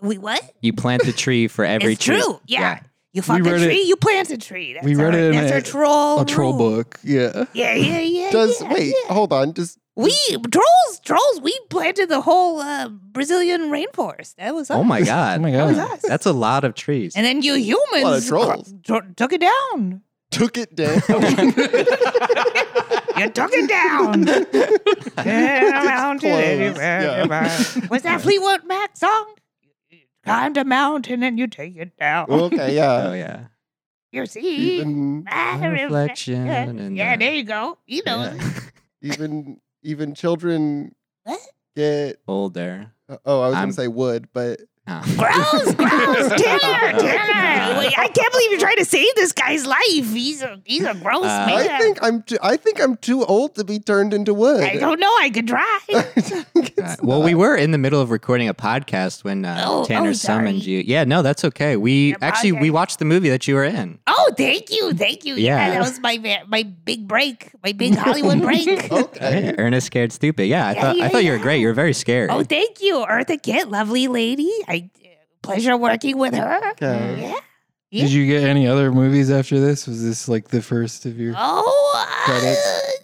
S4: we what?
S2: You plant a tree for every
S4: it's
S2: tree.
S4: true. Yeah. You fuck a
S3: read it-
S4: tree, you plant a tree. That's
S3: we read
S4: our,
S3: it in
S4: that's
S3: a-
S4: our troll.
S3: A troll
S4: rule.
S3: book. Yeah.
S4: Yeah, yeah, yeah.
S1: Does
S4: yeah,
S1: wait?
S4: yeah.
S1: Hold on. Does
S4: We trolls, trolls. We planted the whole uh, Brazilian rainforest. That was us.
S2: Oh my
S3: Oh
S2: God.
S3: my
S4: That was
S3: god.
S4: us.
S2: That's a lot of trees.
S4: and then you
S1: Lot of
S4: humans
S1: trolls.
S4: tro- took it down.
S1: took it down?
S4: You took it down. down to
S1: Close, yeah.
S4: What's that Fleetwood Mac song? Climb the mountain and you take it down.
S1: okay. Yeah.
S2: oh, yeah.
S4: You see
S1: Even
S4: my
S2: reflection
S4: reflection.
S2: in
S4: Yeah,
S2: the-
S4: there you go. You know.
S2: Yeah.
S1: even even children
S4: What?
S1: get.
S2: Older. Oh,
S1: Oh, I was
S2: I'm-
S1: gonna say wood, but
S2: No.
S4: Gross, gross, Tanner, Tanner.
S2: Yeah.
S4: Wait, I can't believe you're trying to save this guy's life. He's a he's a gross
S2: Uh,
S4: man.
S1: I think I'm too, I think I'm too old to be turned into wood.
S4: I don't know. I could try.
S1: think
S2: Uh,
S1: it's
S2: well, we were in the middle of recording a podcast when uh,
S4: Oh,
S2: Tanner
S4: oh, sorry.
S2: summoned you. Yeah, no, that's okay. We
S4: Yeah,
S2: actually we
S4: okay.
S2: watched the movie that you were in.
S4: Oh, thank you, thank you. Yeah,
S2: Yeah.
S4: that was my ve- my big break, my big Hollywood break.
S2: Oh,
S1: okay.
S2: Yeah, Ernest scared stupid. Yeah, I
S4: Yeah,
S2: thought
S4: yeah,
S2: I thought you were
S4: yeah.
S2: great. You were very scared.
S4: Oh, thank you, Eartha Kitt, lovely lady. I pleasure working with her.
S2: uh,
S1: Okay.
S4: Yeah.
S3: Did you get any other movies after this? Was this like the first of your?
S4: Oh,
S1: Credits.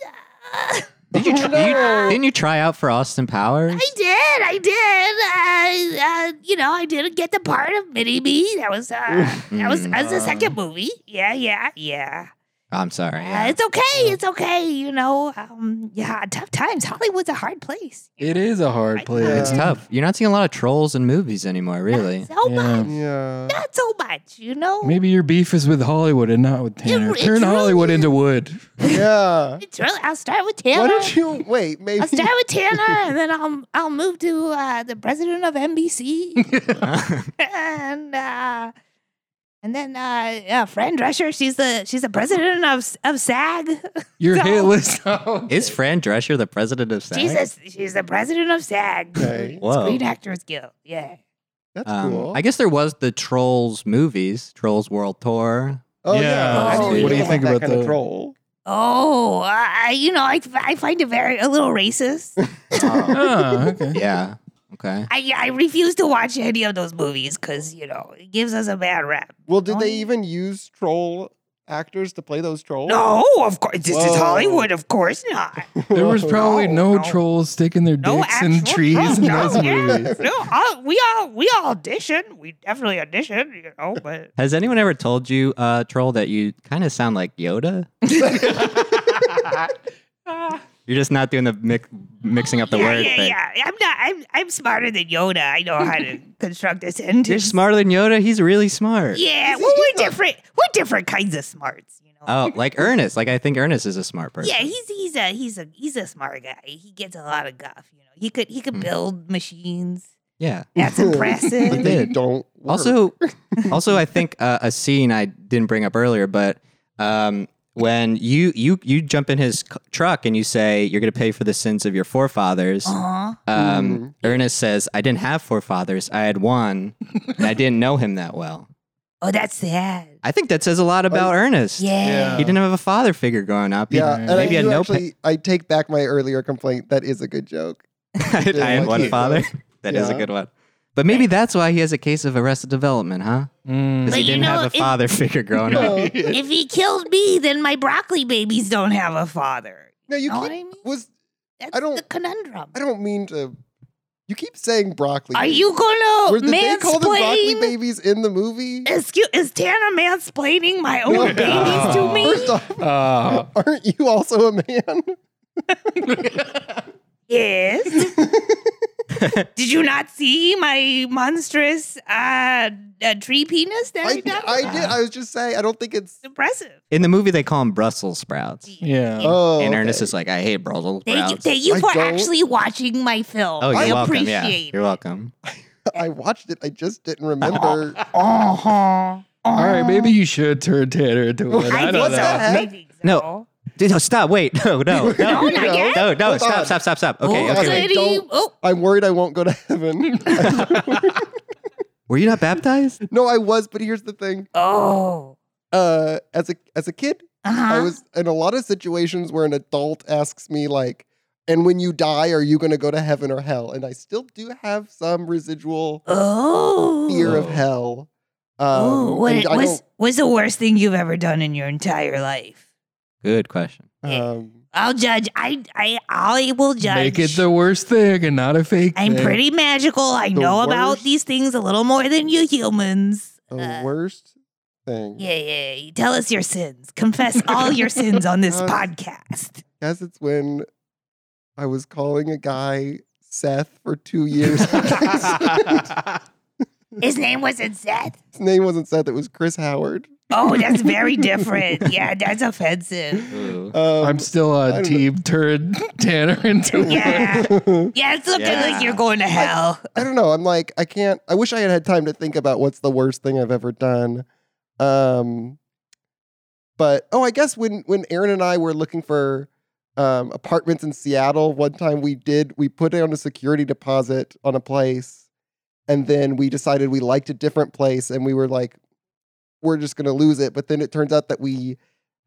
S4: uh,
S2: Did you, tr- you didn't you try out for Austin Powers?
S4: I did, I did. Uh, uh, you know, I didn't get the part of Mini Me. That was uh, that was that was the second movie. Yeah, yeah, yeah.
S2: Oh, I'm sorry.
S4: Uh,
S2: yeah.
S4: it's okay, it's okay. You know, um, yeah, tough times. Hollywood's a hard place.
S3: It is a hard place.
S1: Yeah.
S2: It's tough. You're not seeing a lot of trolls in movies anymore, really.
S4: Not so
S3: Yeah.
S4: much.
S1: Yeah.
S4: Not so much. You know.
S3: Maybe your beef is with Hollywood and not with Tanner.
S4: it
S3: Turn
S4: really
S3: Hollywood into wood.
S1: Yeah.
S4: It's really. I'll start with Taylor.
S1: Why don't you wait? Maybe
S4: I'll start with Tanner, and then I'll I'll move to uh, the president of NBC, and uh, and then uh, yeah, Fran Drescher. She's the she's the president of of SAG.
S3: Your
S4: No.
S3: hit list. out.
S2: Is Fran Drescher the president of SAG? Oh.
S4: She's a, she's the president of SAG,
S1: Okay.
S2: Whoa.
S4: Screen Actors Guild. Yeah,
S1: that's
S2: Um,
S1: cool.
S2: I guess there was the Trolls movies, Trolls World Tour.
S1: oh yeah.
S3: Yeah.
S1: Actually,
S4: What do you
S1: I'm
S3: think
S1: not
S3: about
S1: that kind of
S3: the-
S1: troll?
S4: Oh, I, you know, I, I find it very a little racist.
S3: Ah, okay.
S2: Um, yeah. Okay.
S4: I I refuse to watch any of those movies because you know it gives us a bad rap.
S1: Well, did they
S4: Oh.
S1: even use troll actors to play those trolls?
S4: No, of course this
S1: Whoa.
S4: is Hollywood. Of course not.
S3: There was probably no,
S4: No, no.
S3: trolls sticking their
S4: No
S3: dicks in
S4: actual
S3: trees
S4: trolls,
S3: in
S4: no,
S3: those
S4: yeah.
S3: movies.
S4: no, all, we all we all audition. We definitely audition, you know. But
S2: Has anyone ever told you, uh, Troll, that you kind of sound like Yoda? You're just not doing the mix- mixing up the
S4: yeah,
S2: word
S4: yeah,
S2: thing.
S4: yeah. I'm not. I'm I'm smarter than Yoda. I know how to construct a sentence.
S2: You're smarter than Yoda. He's really smart.
S4: Yeah. Well, we're different. We're different kinds of smarts, you know.
S2: Oh, like Ernest. Like I think Ernest is a smart person.
S4: yeah, he's he's a he's a he's a smart guy. He gets a lot of guff, you know. He could he could
S2: Hmm.
S4: build machines.
S2: Yeah.
S4: That's
S1: But
S4: impressive.
S1: they
S2: did.
S1: don't. Work.
S2: Also, also, I think uh, a scene I didn't bring up earlier, but um, when you you you jump in his c- truck and you say you're going to pay for the sins of your forefathers,
S4: Uh-huh.
S2: um,
S1: Mm.
S2: Ernest says, "I didn't have forefathers. I had one, and I didn't know him that well."
S4: Oh, that's sad.
S2: I think that says a lot about Ernest.
S4: Yeah.
S2: He didn't have a father figure growing up. He-
S1: yeah, and I
S2: maybe had
S1: do
S2: no pa-
S1: actually. I take back my earlier complaint. That is a good joke.
S2: I, I had
S1: like
S2: one
S1: he
S2: father.
S1: does.
S2: That is a
S1: Yeah.
S2: good one. But maybe that's why he has a case of arrested development, huh?
S3: Mm.
S2: Because he
S4: But you
S2: didn't
S4: know,
S2: have a
S4: it-
S2: father figure growing up.
S1: No.
S4: If he killed me, then my broccoli babies don't have a father.
S1: No, you
S4: Know
S1: keep,
S4: what I mean?
S1: was.
S4: That's
S1: don't-
S4: the conundrum.
S1: I don't mean to. You keep saying broccoli.
S4: Are you
S1: Were,
S4: gonna
S1: did they call them broccoli
S4: mansplain?
S1: babies in the movie?
S4: Excuse, is Tanner mansplaining my own
S1: No.
S4: babies to me?
S1: First off,
S3: Ah.
S1: aren't you also a man?
S4: Yes. Did you not see my monstrous uh, uh tree penis that
S1: I,
S4: I, got?
S1: I did. I was just saying. I don't think it's.
S4: it's impressive.
S2: In the movie, they call him Brussels sprouts.
S3: yeah.
S1: Oh,
S2: and Ernest
S1: okay.
S2: is like, I hate Brussels
S4: Thank you,
S2: sprouts.
S4: thank you
S1: I
S4: for
S1: don't-
S4: actually watching my film.
S2: oh,
S4: I
S2: you're welcome.
S4: appreciate
S2: Yeah,
S4: it.
S2: you're welcome.
S1: I watched it. I just didn't
S4: Oh.
S1: remember.
S4: Uh huh.
S3: All right, maybe you should turn Tanner into one. I,
S4: uh-huh. I
S3: don't
S4: think
S3: know.
S4: so.
S1: know.
S4: I think so.
S2: No. Dude, no, stop. Wait. No, no, no.
S4: not yet?
S2: No, no,
S1: Hold
S2: stop,
S1: on.
S2: stop, stop, stop. Okay,
S1: Hold
S2: okay.
S1: on.
S2: Wait.
S4: Goody.
S1: don't-
S4: Oh,
S1: I'm worried I won't go to heaven.
S2: Were you not baptized?
S1: no, I was, but here's the thing.
S4: oh.
S1: Uh, as a as a kid,
S4: Uh-huh.
S1: I was in a lot of situations where an adult asks me like, "And when you die, are you going to go to heaven or hell?" And I still do have some residual
S4: Oh.
S1: fear of
S2: Oh.
S1: hell. Um,
S4: Ooh, what
S1: and
S4: it-
S1: I
S4: what's, what's the worst thing you've ever done in your entire life?
S2: Good question.
S1: don't- um,
S4: I'll judge. I I I will judge.
S3: Make it the worst thing and not a fake
S4: I'm
S3: thing.
S4: pretty magical. I
S1: The
S4: know about
S1: worst-
S4: these things a little more than you humans.
S1: the
S4: Uh,
S1: worst thing,
S4: Yeah, yeah. yeah. Tell us your sins. Confess all your sins on this
S1: Uh,
S4: podcast.
S1: guess it's when I was calling a guy Seth for two years. His
S4: His name wasn't Seth.
S1: name wasn't Seth; it was Chris Howard.
S4: Oh, that's very different. Yeah, that's offensive.
S2: Ooh.
S1: Um,
S3: I'm still
S1: I
S3: on
S1: don't know.
S3: team turn Tanner into one.
S4: Yeah.
S1: I
S4: Yeah, it's looking
S2: Yeah.
S4: like you're going to hell.
S1: don't know. I'm like, I can't. I wish I had had time to think about what's the worst thing I've ever done. Um, but oh, I guess when when Aaron and I were looking for um, apartments in Seattle, one time we did we put down a security deposit on a place, and then we decided we liked a different place, and we were like, we're just gonna lose it. But then it turns out that we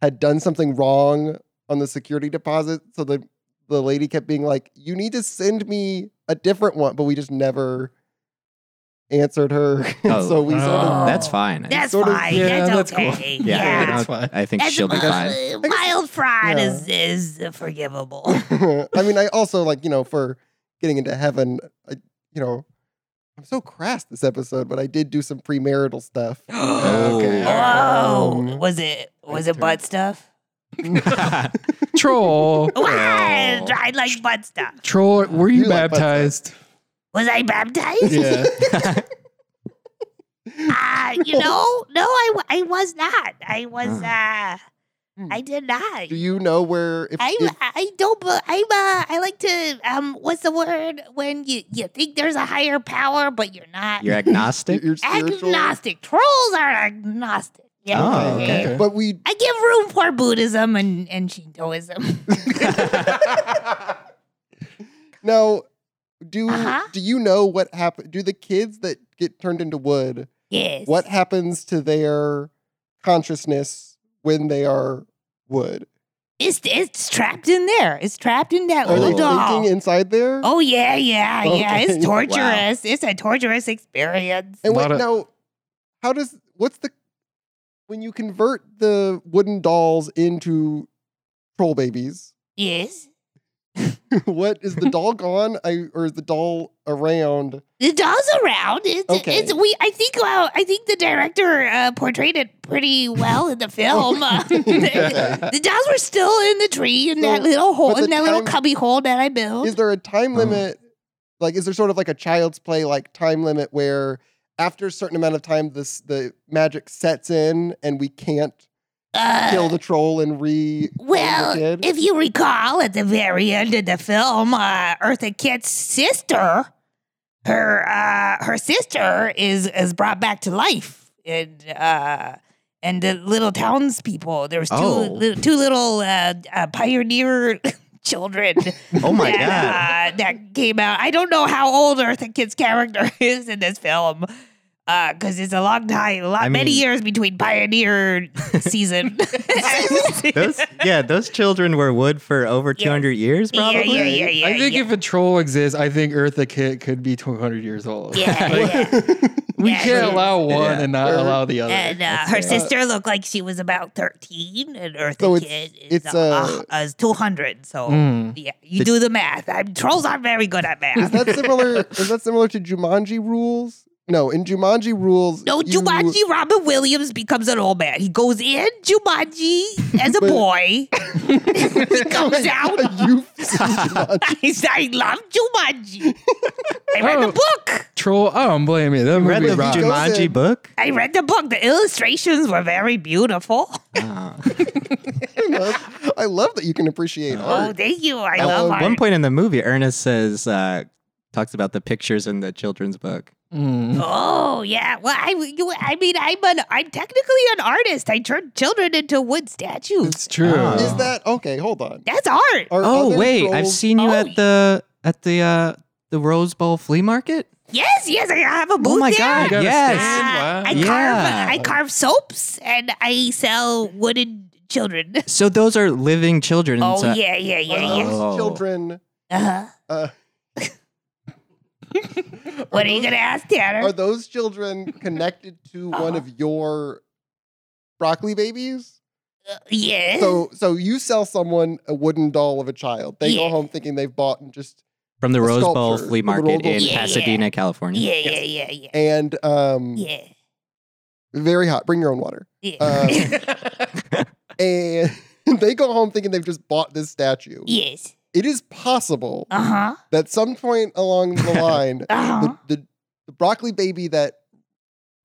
S1: had done something wrong on the security deposit, so the the lady kept being like, "You need to send me a different one," but we just never answered her. And
S2: Oh.
S1: so we sort of
S3: Oh.
S2: That's fine. I-
S4: That's
S1: sort of-
S4: fine.
S3: yeah,
S4: that's
S3: that's cool.
S4: okay.
S2: yeah,
S4: Yeah.
S2: I don't-
S3: That's fine.
S2: I think
S4: That's
S2: she'll be
S4: uh,
S2: fine.
S4: Wild fried
S1: yeah.
S4: is is forgivable.
S1: I mean, I also like, you know, for getting into heaven, I, you know, I'm so crass this episode, but I did do some premarital stuff.
S2: Okay.
S4: Oh. Whoa!
S1: Um,
S4: Was it was
S1: I
S4: it butt stuff?
S3: Troll.
S4: Wow! I like butt stuff.
S3: Troll, were you,
S1: You like
S3: baptized?
S4: Was I baptized?
S3: yeah.
S4: Uh, you know, no, I, wa- I was not. I was
S2: Hmm.
S4: uh,
S1: Hmm.
S4: I did not.
S1: Do you know where if,
S4: I,
S1: if-
S4: I don't. be- I'm. Uh, I like to. Um, what's the word when you you think there's a higher power, but you're not.
S2: You're agnostic?
S1: your spiritual?
S4: agnostic. Trolls are agnostic. Yeah.
S2: Oh,
S4: yeah,
S2: okay.
S4: yeah.
S1: But we
S4: I give room for Buddhism and, and Shintoism.
S1: now do
S4: Uh-huh.
S1: do you know what happened? Do the kids that get turned into wood?
S4: yes.
S1: What happens to their consciousness when they are wood?
S4: It's it's trapped in there. It's trapped in that
S1: Are they
S4: little doll.
S1: Oh, thinking inside there?
S4: oh yeah, yeah, yeah.
S1: Okay.
S4: It's
S1: Wow.
S4: torturous. It's a torturous experience.
S1: And wait,
S3: Lot of-
S1: now, how does what's the when you convert the wooden dolls into troll babies?
S4: Yes.
S1: what is the doll gone? I or is the doll around?
S4: The doll's around. It's,
S1: Okay.
S4: it's we. I think. Well, I think the director uh, portrayed it pretty well
S1: Oh.
S4: in the film. Uh, the, the dolls were still in the tree in that
S1: So,
S4: little hole,
S1: but the
S4: in that little
S1: time-
S4: cubby hole that I built.
S1: Is there a time
S2: Oh.
S1: limit? Like, is there sort of like a child's play like time limit where after a certain amount of time this the magic sets in and we can't
S4: uh,
S1: kill the troll and re
S4: Well,
S1: the kid?
S4: if you recall, at the very end of the film, uh, Eartha Kitt's sister, her uh, her sister is is brought back to life, and uh, and the little townspeople. There was two
S2: Oh.
S4: li- two little uh, uh, pioneer children.
S2: oh my god.
S4: that, Uh, that came out. I don't know how old Eartha Kitt's character is in this film. Because it's a long time, a lot,
S2: I
S4: many
S2: mean-
S4: years between Pioneer season.
S2: Those, yeah, those children were wood for over 200 years,
S4: Yeah,
S2: probably.
S4: yeah, yeah, yeah.
S3: I think
S4: yeah.
S3: if a troll exists, I think Eartha Kitt could be 200 years old.
S4: Yeah,
S3: Like,
S4: yeah.
S3: We
S4: Yeah,
S3: can't
S4: yeah.
S3: allow one
S2: Yeah.
S3: and not
S1: Or-
S3: allow the other.
S4: And uh,
S2: That's
S4: her
S2: it.
S4: sister looked like she was about 13, and Eartha
S1: So it's-
S4: Kid is,
S1: it's,
S4: uh, uh, is 200. So,
S3: Mm.
S4: yeah, you
S2: The-
S4: do the math. I'm, trolls aren't very good at
S1: Is
S4: math.
S1: that similar? is that similar to Jumanji rules? No, in Jumanji rules.
S4: No,
S1: you-
S4: Jumanji, Robin Williams becomes an old man. He goes in Jumanji as a
S1: But-
S4: boy. he comes out.
S1: You Jumanji.
S4: I, I love Jumanji. I read
S3: Oh.
S4: the book.
S3: Troll, I don't blame you. That
S2: You read
S3: movie
S2: the
S3: rocked.
S1: Ju- Goes
S2: Jumanji
S1: in.
S2: book?
S4: I read the book. The illustrations were very beautiful.
S2: Oh.
S1: I love that you can appreciate
S4: Oh,
S1: art.
S4: thank you. I
S1: Oh,
S4: love
S2: At
S4: art.
S2: one point in the movie, Ernest says, uh, talks about the pictures in the children's book.
S3: Mm.
S4: Oh yeah. Well, I, you- I mean, I'm an, I'm technically an artist. I turned children into wood statues.
S3: It's true.
S2: Oh.
S1: Is that okay? Hold on.
S4: That's art.
S1: Are
S2: Oh
S1: other
S2: wait, I've
S1: trolls-
S2: seen you
S4: Oh,
S2: at
S4: yeah.
S2: the at the uh the Rose Bowl flea market.
S4: Yes, yes. I have a booth
S2: Oh my
S4: there.
S2: God,
S3: You got a
S2: yes.
S3: stand? Wow.
S4: I
S2: Yeah.
S4: carve I carve soaps and I sell wooden children.
S2: So those are living children.
S4: Oh
S2: so-
S4: yeah, yeah,
S1: Are
S4: yeah, yeah.
S2: Oh.
S1: those children?
S4: Uh-huh.
S1: Uh,
S4: What are you gonna ask, Tanner?
S1: are those children connected to
S4: Uh-huh.
S1: one of your broccoli babies?
S4: Uh, yes.
S1: So, so you sell someone a wooden doll of a child. They
S4: Yeah.
S1: go home thinking they've bought and just
S2: From the
S1: A
S2: Rose Bowl
S1: sculpture.
S2: flea
S1: From the Rose
S2: market
S1: Bowl
S2: in
S4: flea- Yeah, yeah.
S2: Pasadena, California.
S4: yeah, yeah, yeah, yeah,
S1: and um
S4: yeah.
S1: very hot. Bring your own water.
S4: Yeah.
S1: uh, And they go home thinking they've just bought this statue.
S4: yes.
S1: It is possible
S4: Uh huh.
S1: that some point along the line,
S4: Uh huh.
S1: the, the the broccoli baby that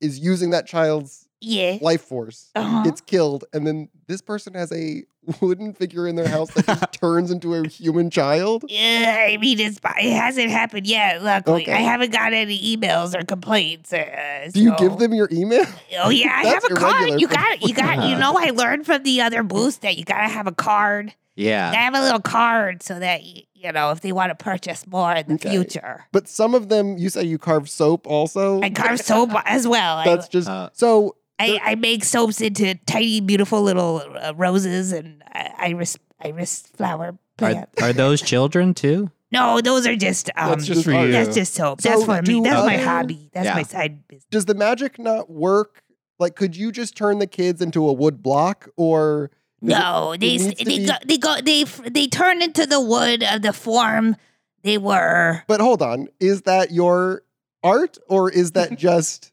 S1: is using that child's
S4: Yeah.
S1: life force
S4: Uh-huh.
S1: gets killed, and then this person has a wooden figure in their house that just turns into a human child.
S4: Yeah, I mean, it's, it hasn't happened yet. Luckily,
S1: Okay.
S4: I haven't got any emails or complaints. Uh,
S1: Do you
S4: so-
S1: give them your email?
S4: Oh yeah, I have
S1: That's
S4: a card.
S1: irregular
S4: You
S1: for
S4: got, you got, you know, I learned from the other booth that you gotta have a card.
S2: Yeah.
S4: I have a little card so that y- you know if they want to purchase more in the
S1: Okay.
S4: future.
S1: But some of them, you say you carve soap also.
S4: I carve soap as well. I,
S1: That's just
S2: Uh,
S1: so.
S4: I, I make soaps into tiny, beautiful little uh, roses and uh, iris iris flower
S2: Are,
S4: plant.
S2: are those children too?
S4: no, those are just um,
S3: That's just for
S1: That's
S3: you.
S4: that's just soap.
S1: So
S4: that's for me.
S1: do
S4: That's my
S1: other-
S4: hobby. That's
S2: Yeah.
S4: my side business.
S1: Does the magic not work? Like, could you just turn the kids into a wood block, or Is it-
S4: No, they
S1: it
S4: s-
S1: needs to
S4: they
S1: be-
S4: go, they go they f- they turn into the wood of the form they were.
S1: but hold on, is that your art, or is that just?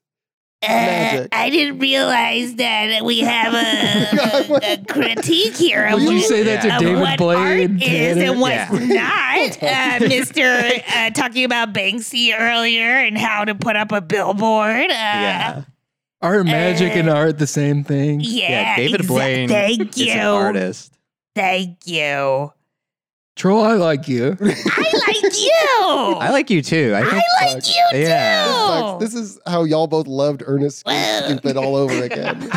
S4: Uh,
S1: Magic.
S4: I didn't realize that we have a, a, a critique here.
S1: Would
S4: of
S3: Would you
S4: what-
S3: say that to
S2: Yeah.
S4: of
S3: David
S4: what
S3: Blade?
S4: art is
S3: Tanner?
S4: and what's
S1: Yeah.
S4: not. Uh, Mr. Uh, talking about Banksy earlier and how to put up a billboard. Uh, yeah.
S3: Are magic and
S4: Uh,
S3: art the same thing?
S4: Yeah.
S2: David
S4: exa-
S2: Blaine
S4: Thank
S2: Is an
S4: you.
S2: artist.
S4: Thank you.
S3: Troll, I like you.
S4: I like you.
S2: I like you too. I
S4: I
S2: think
S4: like you
S2: Yeah.
S1: This
S4: too.
S1: sucks. This is how y'all both loved Ernest
S4: Well-
S1: Stupid all over again.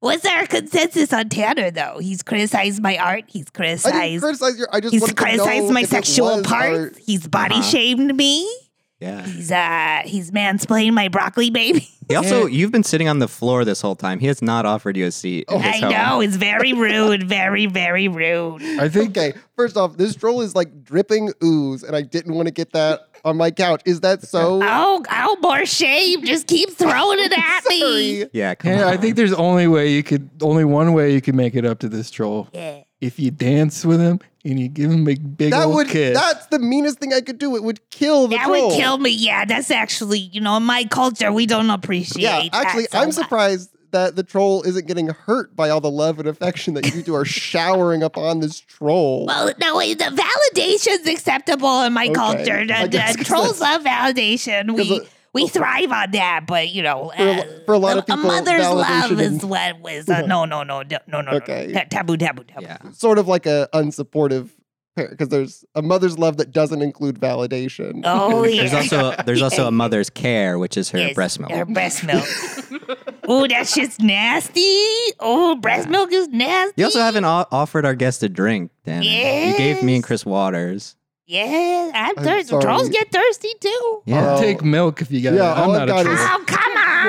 S4: What's our consensus on Tanner though? He's criticized my art.
S1: I
S4: He's
S1: didn't
S4: criticized.
S1: criticize your. I just
S4: He's
S1: wanted to know
S4: criticized my
S1: if it
S4: sexual
S1: was
S4: parts.
S1: art.
S4: He's body
S2: Uh-huh.
S4: shamed me.
S2: yeah.
S4: He's uh he's mansplained my broccoli baby.
S2: He also, you've been sitting on the floor this whole time. He has not offered you a seat.
S1: Oh,
S2: in his
S4: Oh, I
S2: home.
S4: know it's very rude, very very rude.
S3: I think
S1: Okay, first off, this stroll is like dripping ooze, and I didn't want to get that on my couch. Is that so?
S4: Oh, oh, more shame. Just keep throwing it at me.
S1: Sorry.
S2: Yeah. Come
S3: Tanner,
S2: on.
S3: I think there's only way you could only one way you could make it up to this troll.
S4: Yeah.
S3: If you dance with him and you give him a big
S1: That
S3: old
S1: would.
S3: kiss.
S1: That's the meanest thing I could do. It would kill the
S4: That
S1: troll.
S4: would kill me. Yeah, that's actually, you know, in my culture, we don't appreciate.
S1: Yeah,
S4: that
S1: actually,
S4: so
S1: I'm
S4: much.
S1: surprised that the troll isn't getting hurt by all the love and affection that you two are showering upon this troll.
S4: Well, no, the validation's acceptable in my
S1: Okay.
S4: culture.
S1: I
S4: The,
S1: guess
S4: the trolls love validation. We
S1: Because, uh,
S4: we thrive on that, but you know, uh,
S1: For a lo- for a lot of people,
S4: mother's love
S1: validation
S4: is
S1: and-
S4: what was uh, no, no, no, no, no, no,
S1: Okay.
S4: no, Ta- taboo, taboo, taboo.
S2: Yeah.
S1: sort of like a unsupportive parent, because there's a mother's love that doesn't include validation.
S4: Oh yeah.
S2: There's also there's also a mother's care, which is her
S4: Yes,
S2: breast milk.
S4: Her breast milk. oh, that shit's nasty. Oh, breast milk is nasty.
S2: You also haven't o- offered our guest a drink, Dan. You gave me and
S4: Yes.
S2: Chris waters.
S4: Yeah, I'm
S1: I'm
S4: thirsty.
S1: sorry.
S4: Trolls get thirsty too.
S2: Yeah.
S1: Oh.
S3: I'll take milk if you got
S1: Yeah,
S3: it. I'm
S1: all
S3: not
S1: I've got
S3: a troll.
S1: is-
S4: Oh, come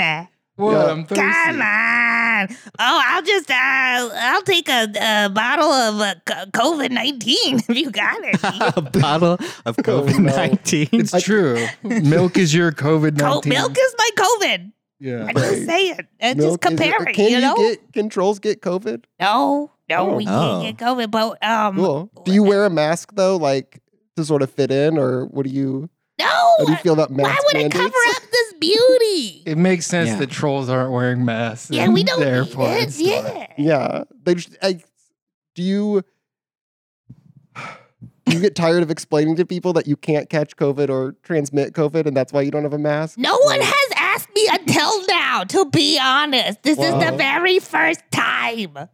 S4: on.
S3: What?
S1: Yeah.
S3: I'm thirsty.
S4: Come on. Oh, I'll just, uh, I'll take a, a bottle of uh, COVID 19 if you got it.
S2: a bottle of
S1: Oh, no.
S2: COVID nineteen.
S3: It's true. milk is your COVID
S4: Co-
S3: nineteen.
S4: milk is my COVID.
S3: Yeah.
S4: I'm just
S1: Right.
S4: saying. I'm just
S1: Milk is-
S4: comparing,
S1: Can
S4: you know?
S1: get can trolls get COVID?
S4: no, no, we
S2: Oh.
S4: can't get COVID. But, um,
S1: Cool. Do you wear a mask though, like to sort of fit in, or what do you?
S4: no.
S1: How do you feel about mask
S4: Why would it
S1: mandates?
S4: cover up this beauty?
S3: It makes sense
S2: Yeah.
S3: that trolls aren't wearing masks.
S4: yeah,
S3: in
S4: we don't
S3: the
S4: need
S3: airport and
S4: it.
S3: stuff.
S4: Yeah.
S1: Yeah, they just. I, do you? do You get tired of explaining to people that you can't catch COVID or transmit COVID, and that's why you don't have a mask.
S4: No one has asked me until now, to be honest. This is
S1: Wow.
S4: the very first time.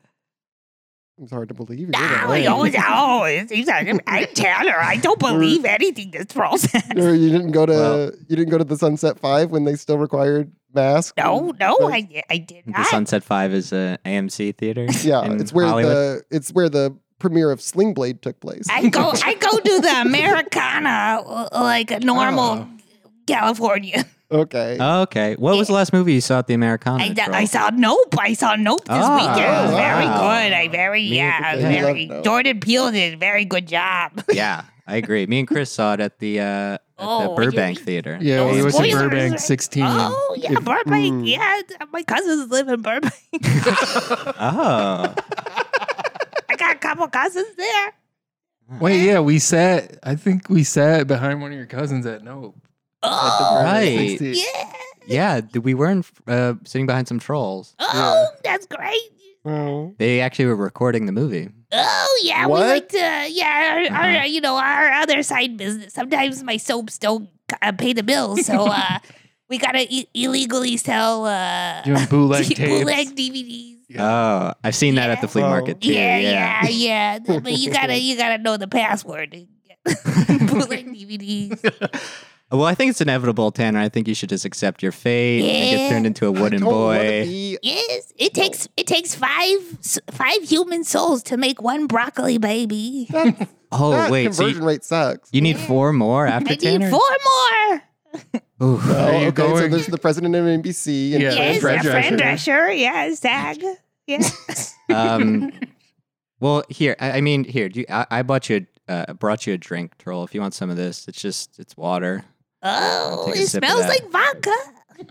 S1: It's hard to believe. You're
S4: No,
S1: right.
S4: he always, always. He's like, I tell her I don't believe anything this troll says.
S1: Or you didn't go to
S2: Well-
S1: you didn't go to the Sunset Five when they still required masks.
S4: No,
S1: and-
S4: no,
S1: but-
S4: I, I did
S2: The
S4: not.
S2: Sunset Five is an AMC theater.
S1: yeah,
S2: in
S1: it's where
S2: Hollywood.
S1: the it's where the premiere of Sling Blade took place.
S4: I go, I go to the Americana uh, like a normal
S3: Oh.
S4: California.
S1: okay,
S2: Oh, okay. What was the last movie you saw at the Americana?
S4: I, d-
S2: Troll?
S4: I saw Nope. I saw Nope this
S2: Oh,
S4: weekend. It was very
S2: wow.
S4: good. I very
S3: Me
S4: yeah,
S1: neither. I
S4: very
S1: love Nope.
S4: Jordan Peele did a very good job.
S2: Yeah, I agree. Me and Chris saw it at the uh, at
S4: Oh,
S2: the Burbank
S4: yeah.
S2: Theater.
S3: Yeah,
S4: No
S3: we was in
S4: spoilers,
S3: Burbank
S4: right?
S3: 16.
S4: Oh yeah,
S3: If-
S4: Burbank.
S1: Mm.
S4: Yeah, my cousins live in Burbank.
S2: Oh,
S4: I got a couple cousins there.
S3: Wait, yeah, we sat. I think we sat behind one of your cousins at Nope. at the
S4: Oh
S3: Burbank
S2: Right.
S3: 16.
S4: yeah.
S2: yeah. th- We were in, uh, sitting behind some trolls.
S4: Oh, that's great.
S1: Well,
S2: They actually were recording the movie.
S4: Oh yeah,
S1: What?
S4: we like to yeah our, our
S2: Uh-huh.
S4: you know our other side business. Sometimes my soaps don't uh, pay the bills, so uh, we gotta e- illegally sell uh,
S3: Doing bootleg tapes.
S4: bootleg DVDs.
S2: Oh, I've seen that at the flea
S1: Yeah.
S2: market too.
S4: Yeah, yeah, yeah. But you gotta you gotta know the password. to get bootleg DVDs.
S2: Well, I think it's inevitable, Tanner. I think you should just accept your fate and
S4: Yeah.
S2: get turned into a
S1: I
S2: wooden
S1: don't wanna
S2: boy.
S1: be-
S4: Yes, it takes it takes five s- five human souls to make one broccoli baby.
S1: that
S2: Oh,
S1: that
S2: wait. So
S1: conversion
S2: you,
S1: rate sucks.
S2: you need four more after
S4: I need
S2: Tanner?
S4: four more.
S2: Oof.
S1: Oh,
S3: There
S1: okay,
S3: you
S1: so
S3: going.
S1: there's the president of NBC and
S3: Yeah,
S4: yes,
S1: Fran
S4: friend
S3: friend
S4: a friend
S3: dresser.
S4: dresser. Yes, tag. Yes.
S2: Um, well, here. I, I mean, here. Do you, I, I bought you a, uh, brought you a drink, troll. If you want some of this, it's just it's water.
S4: Oh,
S2: Take a
S4: it
S2: sip of
S4: smells
S2: that.
S4: like vodka.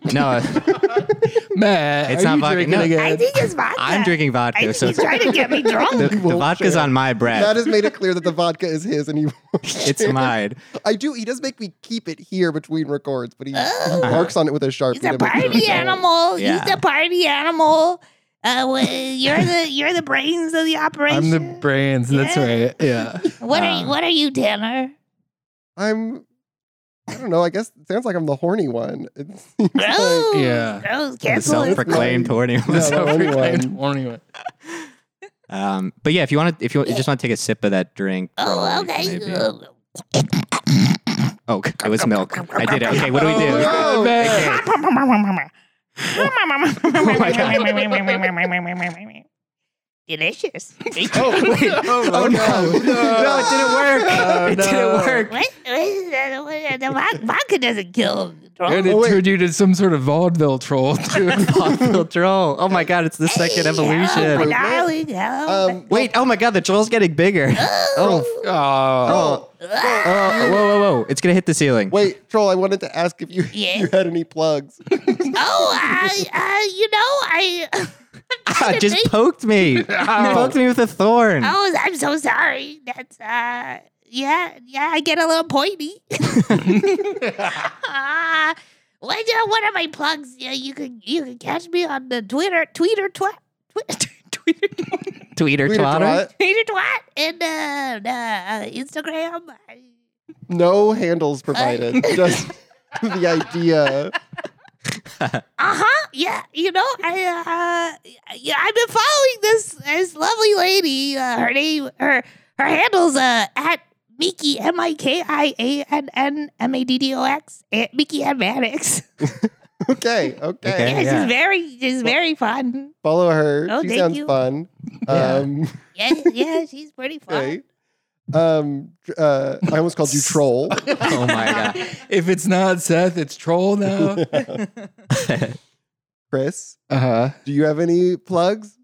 S2: No,
S3: Matt,
S2: It's
S3: are
S2: not
S3: you
S2: vodka,
S3: drinking
S2: no.
S3: again?
S4: I think it's vodka.
S2: I'm drinking
S4: I
S2: vodka,
S4: think
S2: so
S4: he's trying to get me drunk.
S2: the, the
S1: won't
S2: vodka's
S1: share.
S2: on my
S1: That
S2: breath.
S1: has made it clear that the vodka is his, and he.
S2: it's mine.
S1: I do. He does make me keep it here between records, but he, he
S4: Oh.
S1: marks on it with a sharpie.
S4: he's a
S1: to make sure
S4: party
S1: it's all-
S4: animal. He's
S2: Yeah.
S4: the party animal. Uh, wha- you're the you're the brains of the operation.
S3: I'm the brains. That's
S4: Yeah.
S3: right. Yeah.
S4: what are
S2: Uh.
S4: you, what are you, Tanner?
S1: I'm. I don't know. I guess it sounds like I'm the horny one. It's
S4: Gross.
S3: Yeah.
S4: Gross.
S2: The
S4: Cancel it.
S2: self-proclaimed horny one.
S1: Yeah.
S3: So
S1: anyone.
S3: proclaimed horny one.
S2: Um, but yeah, if you want to, if you, you just want to take a sip of that drink.
S4: Oh,
S2: troll, you can
S4: okay.
S2: maybe-
S4: Uh,
S2: Oh, it was milk. I did it. Okay, what do we do?
S1: Oh,
S3: Matt.
S2: Oh
S4: Delicious.
S1: oh no!
S2: No, it didn't work.
S3: Oh,
S2: it didn't
S3: no.
S2: work.
S4: What? what is that? What is that? The vod- vodka doesn't kill.
S3: And it
S1: Oh, wait.
S3: turned you to some sort of vaudeville troll. too.
S2: Vaudeville troll. Oh my god, it's the second
S4: Hello, my
S2: evolution.
S4: darling. Hello.
S1: Um,
S2: Wait, oh my god, the troll's getting bigger. Oh,
S3: oh, oh,
S2: oh, whoa, whoa, whoa. It's gonna hit the ceiling.
S1: wait, troll. I wanted to ask if you
S4: Yeah.
S1: you had any plugs.
S4: oh, I, uh, you know, I,
S2: Ah, just poked me. You poked me with a thorn.
S4: oh, I'm so sorry. That's, uh, yeah, yeah, I get a little pointy. uh, what, uh, what are my plugs? Yeah, you can, you can catch me on the Twitter, Twitter, twat, Twitter, Twitter,
S2: Tweeter
S1: Tweeter twat.
S2: twatter.
S4: Twitter, twat, and uh, uh, Instagram.
S1: No handles provided. Just the idea.
S4: Uh huh. Yeah. You know, I uh, yeah, I've been following this this lovely lady. Uh, her name, her her handle's uh at Miki M I K I A N N M A D D O X at Miki and Maddox.
S1: Okay, okay.
S2: Okay.
S4: Yeah,
S2: yeah.
S4: she's very she's very fun.
S1: Follow her.
S4: Oh,
S1: she
S4: thank
S1: sounds
S4: you.
S1: fun.
S2: Yeah.
S1: Um,
S4: Yeah, yeah, she's pretty fun.
S1: okay. Um, tr- uh, I almost called you troll.
S2: Oh my
S3: if it's not Seth, it's troll now.
S2: god.
S1: Chris,
S3: Uh huh.
S1: do you have any plugs?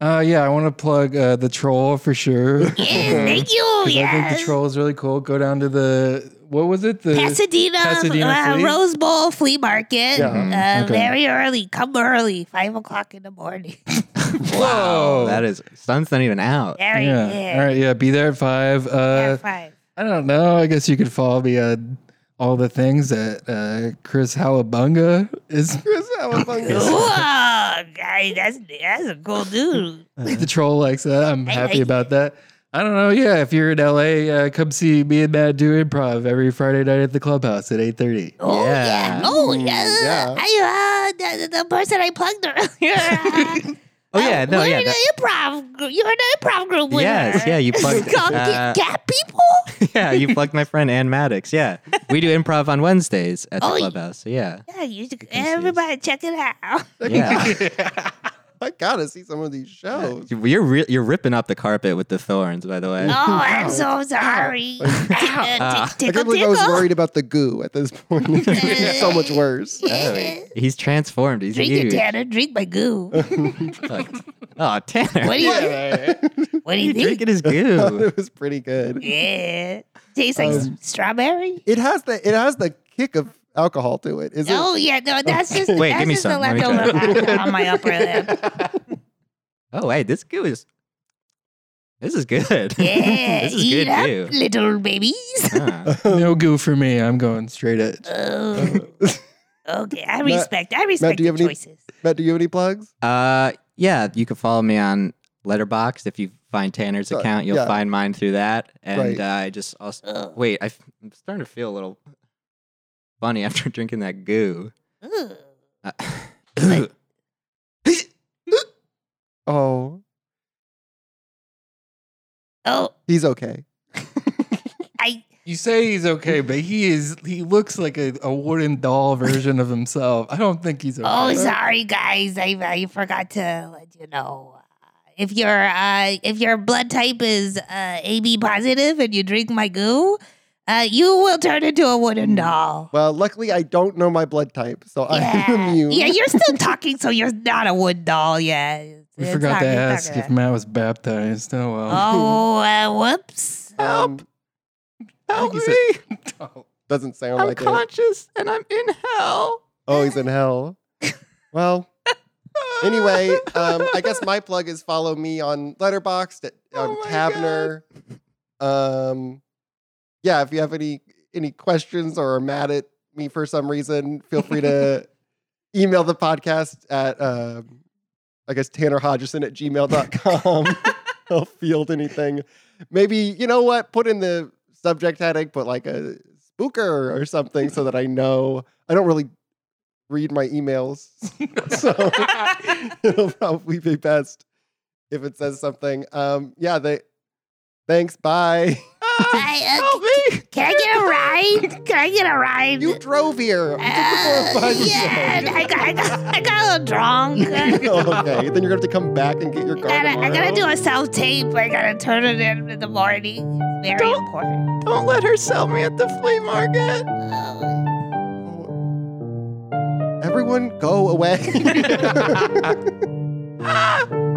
S3: Uh, yeah, I want to plug uh, the troll for sure.
S4: Yes, thank you.
S3: 'Cause I think
S4: Yes.
S3: the troll is really cool. Go down to the what was it? The
S4: Pasadena,
S3: Pasadena
S4: uh,
S3: Flea? Mm-hmm.
S4: Rose Bowl Flea Market.
S1: Yeah,
S4: Uh,
S3: okay.
S4: Very early. Come early. Five o'clock in the morning.
S3: Whoa.
S2: That is sun's not even out.
S4: Very
S3: yeah. All right. Yeah. Be there at five.
S4: Yeah,
S3: Uh,
S4: five.
S3: I don't know. I guess you could follow me on all the things that uh, Chris Howabunga is.
S1: Chris, how about
S4: Whoa,
S1: you?
S4: guy, that's that's a cool dude.
S3: the troll likes that. I'm
S4: I
S3: happy
S4: like
S3: about that. I don't know. Yeah, if you're in LA, uh, come see me and Matt do improv every Friday night at the clubhouse at 8:30.
S4: Oh yeah,
S2: Yeah.
S4: oh
S1: Mm,
S4: yeah.
S1: yeah.
S4: I uh, the, the person I plugged earlier. Uh,
S2: Oh, yeah, no,
S4: we're
S2: yeah,
S4: in
S2: that-
S4: an improv. gr- You're in an improv group with
S2: Yes,
S4: her.
S2: yeah, you plugged-
S4: Skunk
S2: uh,
S4: Gap people.
S2: yeah, you plugged my friend Ann Maddox. Yeah, we do improv on Wednesdays at the
S4: Oh, y-
S2: clubhouse. So yeah,
S4: Yeah, you should,
S2: can see us.
S4: everybody check it out.
S2: yeah,
S1: I gotta see some of these shows.
S2: you're re- you're ripping up the carpet with the thorns, by the way.
S4: Oh, I'm so sorry. Uh,
S2: Ah.
S1: I
S4: tick- tickle,
S1: can't believe I was
S4: tickle. Eh.
S1: worried about the goo at this point. it's so much worse.
S2: Oh, he- he's transformed. He's
S4: Drink it,
S2: huge.
S4: Tanner. Drink my goo.
S2: Fucked. Oh, Tanner,
S4: What do you, what do you think?
S2: drinking his goo?
S1: it was pretty good.
S4: Yeah. Tastes like s- strawberry.
S1: It has the it has the kick of alcohol to it. Is
S4: Oh, yeah. No, that's just,
S2: Wait,
S4: that's
S2: give me
S4: just the
S2: some. Let me
S4: leftover
S2: try.
S4: vodka on my upper lip.
S2: Oh, hey, this goo is this is good.
S4: Yeah.
S2: this is
S4: Eat
S2: good
S4: up,
S2: goo.
S4: little babies.
S2: Huh.
S3: no goo for me. I'm going straight at.
S4: Oh,
S1: it?
S4: okay. I
S1: Matt-
S4: respect. I respect
S1: do you
S4: the
S1: have any-
S4: choices.
S1: Matt, do you have any plugs?
S2: Uh, yeah, you can follow me on Letterbox. If you find Tanner's
S1: Sorry,
S2: account, you'll
S1: Uh, yeah.
S2: find mine through that.
S1: Right.
S2: And uh, I just also
S4: Ugh.
S2: wait. I f- I'm starting to feel a little funny after drinking that goo.
S4: Ugh.
S2: Uh,
S1: Oh,
S4: Oh,
S1: he's okay.
S4: I
S3: You say he's okay, but he is. He looks like a, a wooden doll version of himself. I don't think he's okay.
S4: oh sorry guys, I I forgot to let you know. If your uh, if your blood type is uh, AB positive and you drink my goo, uh, you will turn into a wooden doll.
S1: Well, luckily I don't know my blood type, so I'm
S4: Yeah,
S1: immune.
S4: yeah, you're still talking, so you're not a wood doll yet. It's-
S3: We
S4: it's
S3: forgot
S4: not-
S3: to
S4: it's not
S3: ask
S4: gonna-
S3: if Matt was baptized. Oh well.
S4: Oh, uh, whoops!
S1: Um,
S2: help
S1: Like
S2: me!
S1: you doesn't sound
S2: I'm
S1: like it.
S2: conscious and I'm in hell.
S1: Oh, he's in hell. Well, anyway, um, I guess my plug is follow me on Letterboxd at on
S2: Oh my
S1: Tabner. Um, yeah, if you have any any questions or are mad at me for some reason, feel free to email the podcast at um, I guess Tanner Hodgson at gmail.com. I'll field anything. Maybe, you know what? Put in the subject heading, put like a spooker or something so that I know. I don't really read my emails. So it'll probably be best if it says something. Um, yeah, they thanks. Bye.
S4: I, uh,
S2: Help me!
S4: Can I get a ride? Can I get a ride?
S1: You drove here. We took the
S4: Uh,
S1: 405
S4: yeah, I got, I, got, I got a little drunk. I
S1: show. okay, then you're gonna have to come back and get your car.
S4: gotta, I gotta
S1: tomorrow.
S4: do a self tape. I gotta turn it in in the morning. It's very important.
S2: Don't let her sell me at the flea market.
S4: Uh,
S1: Everyone, go away.
S2: Ah!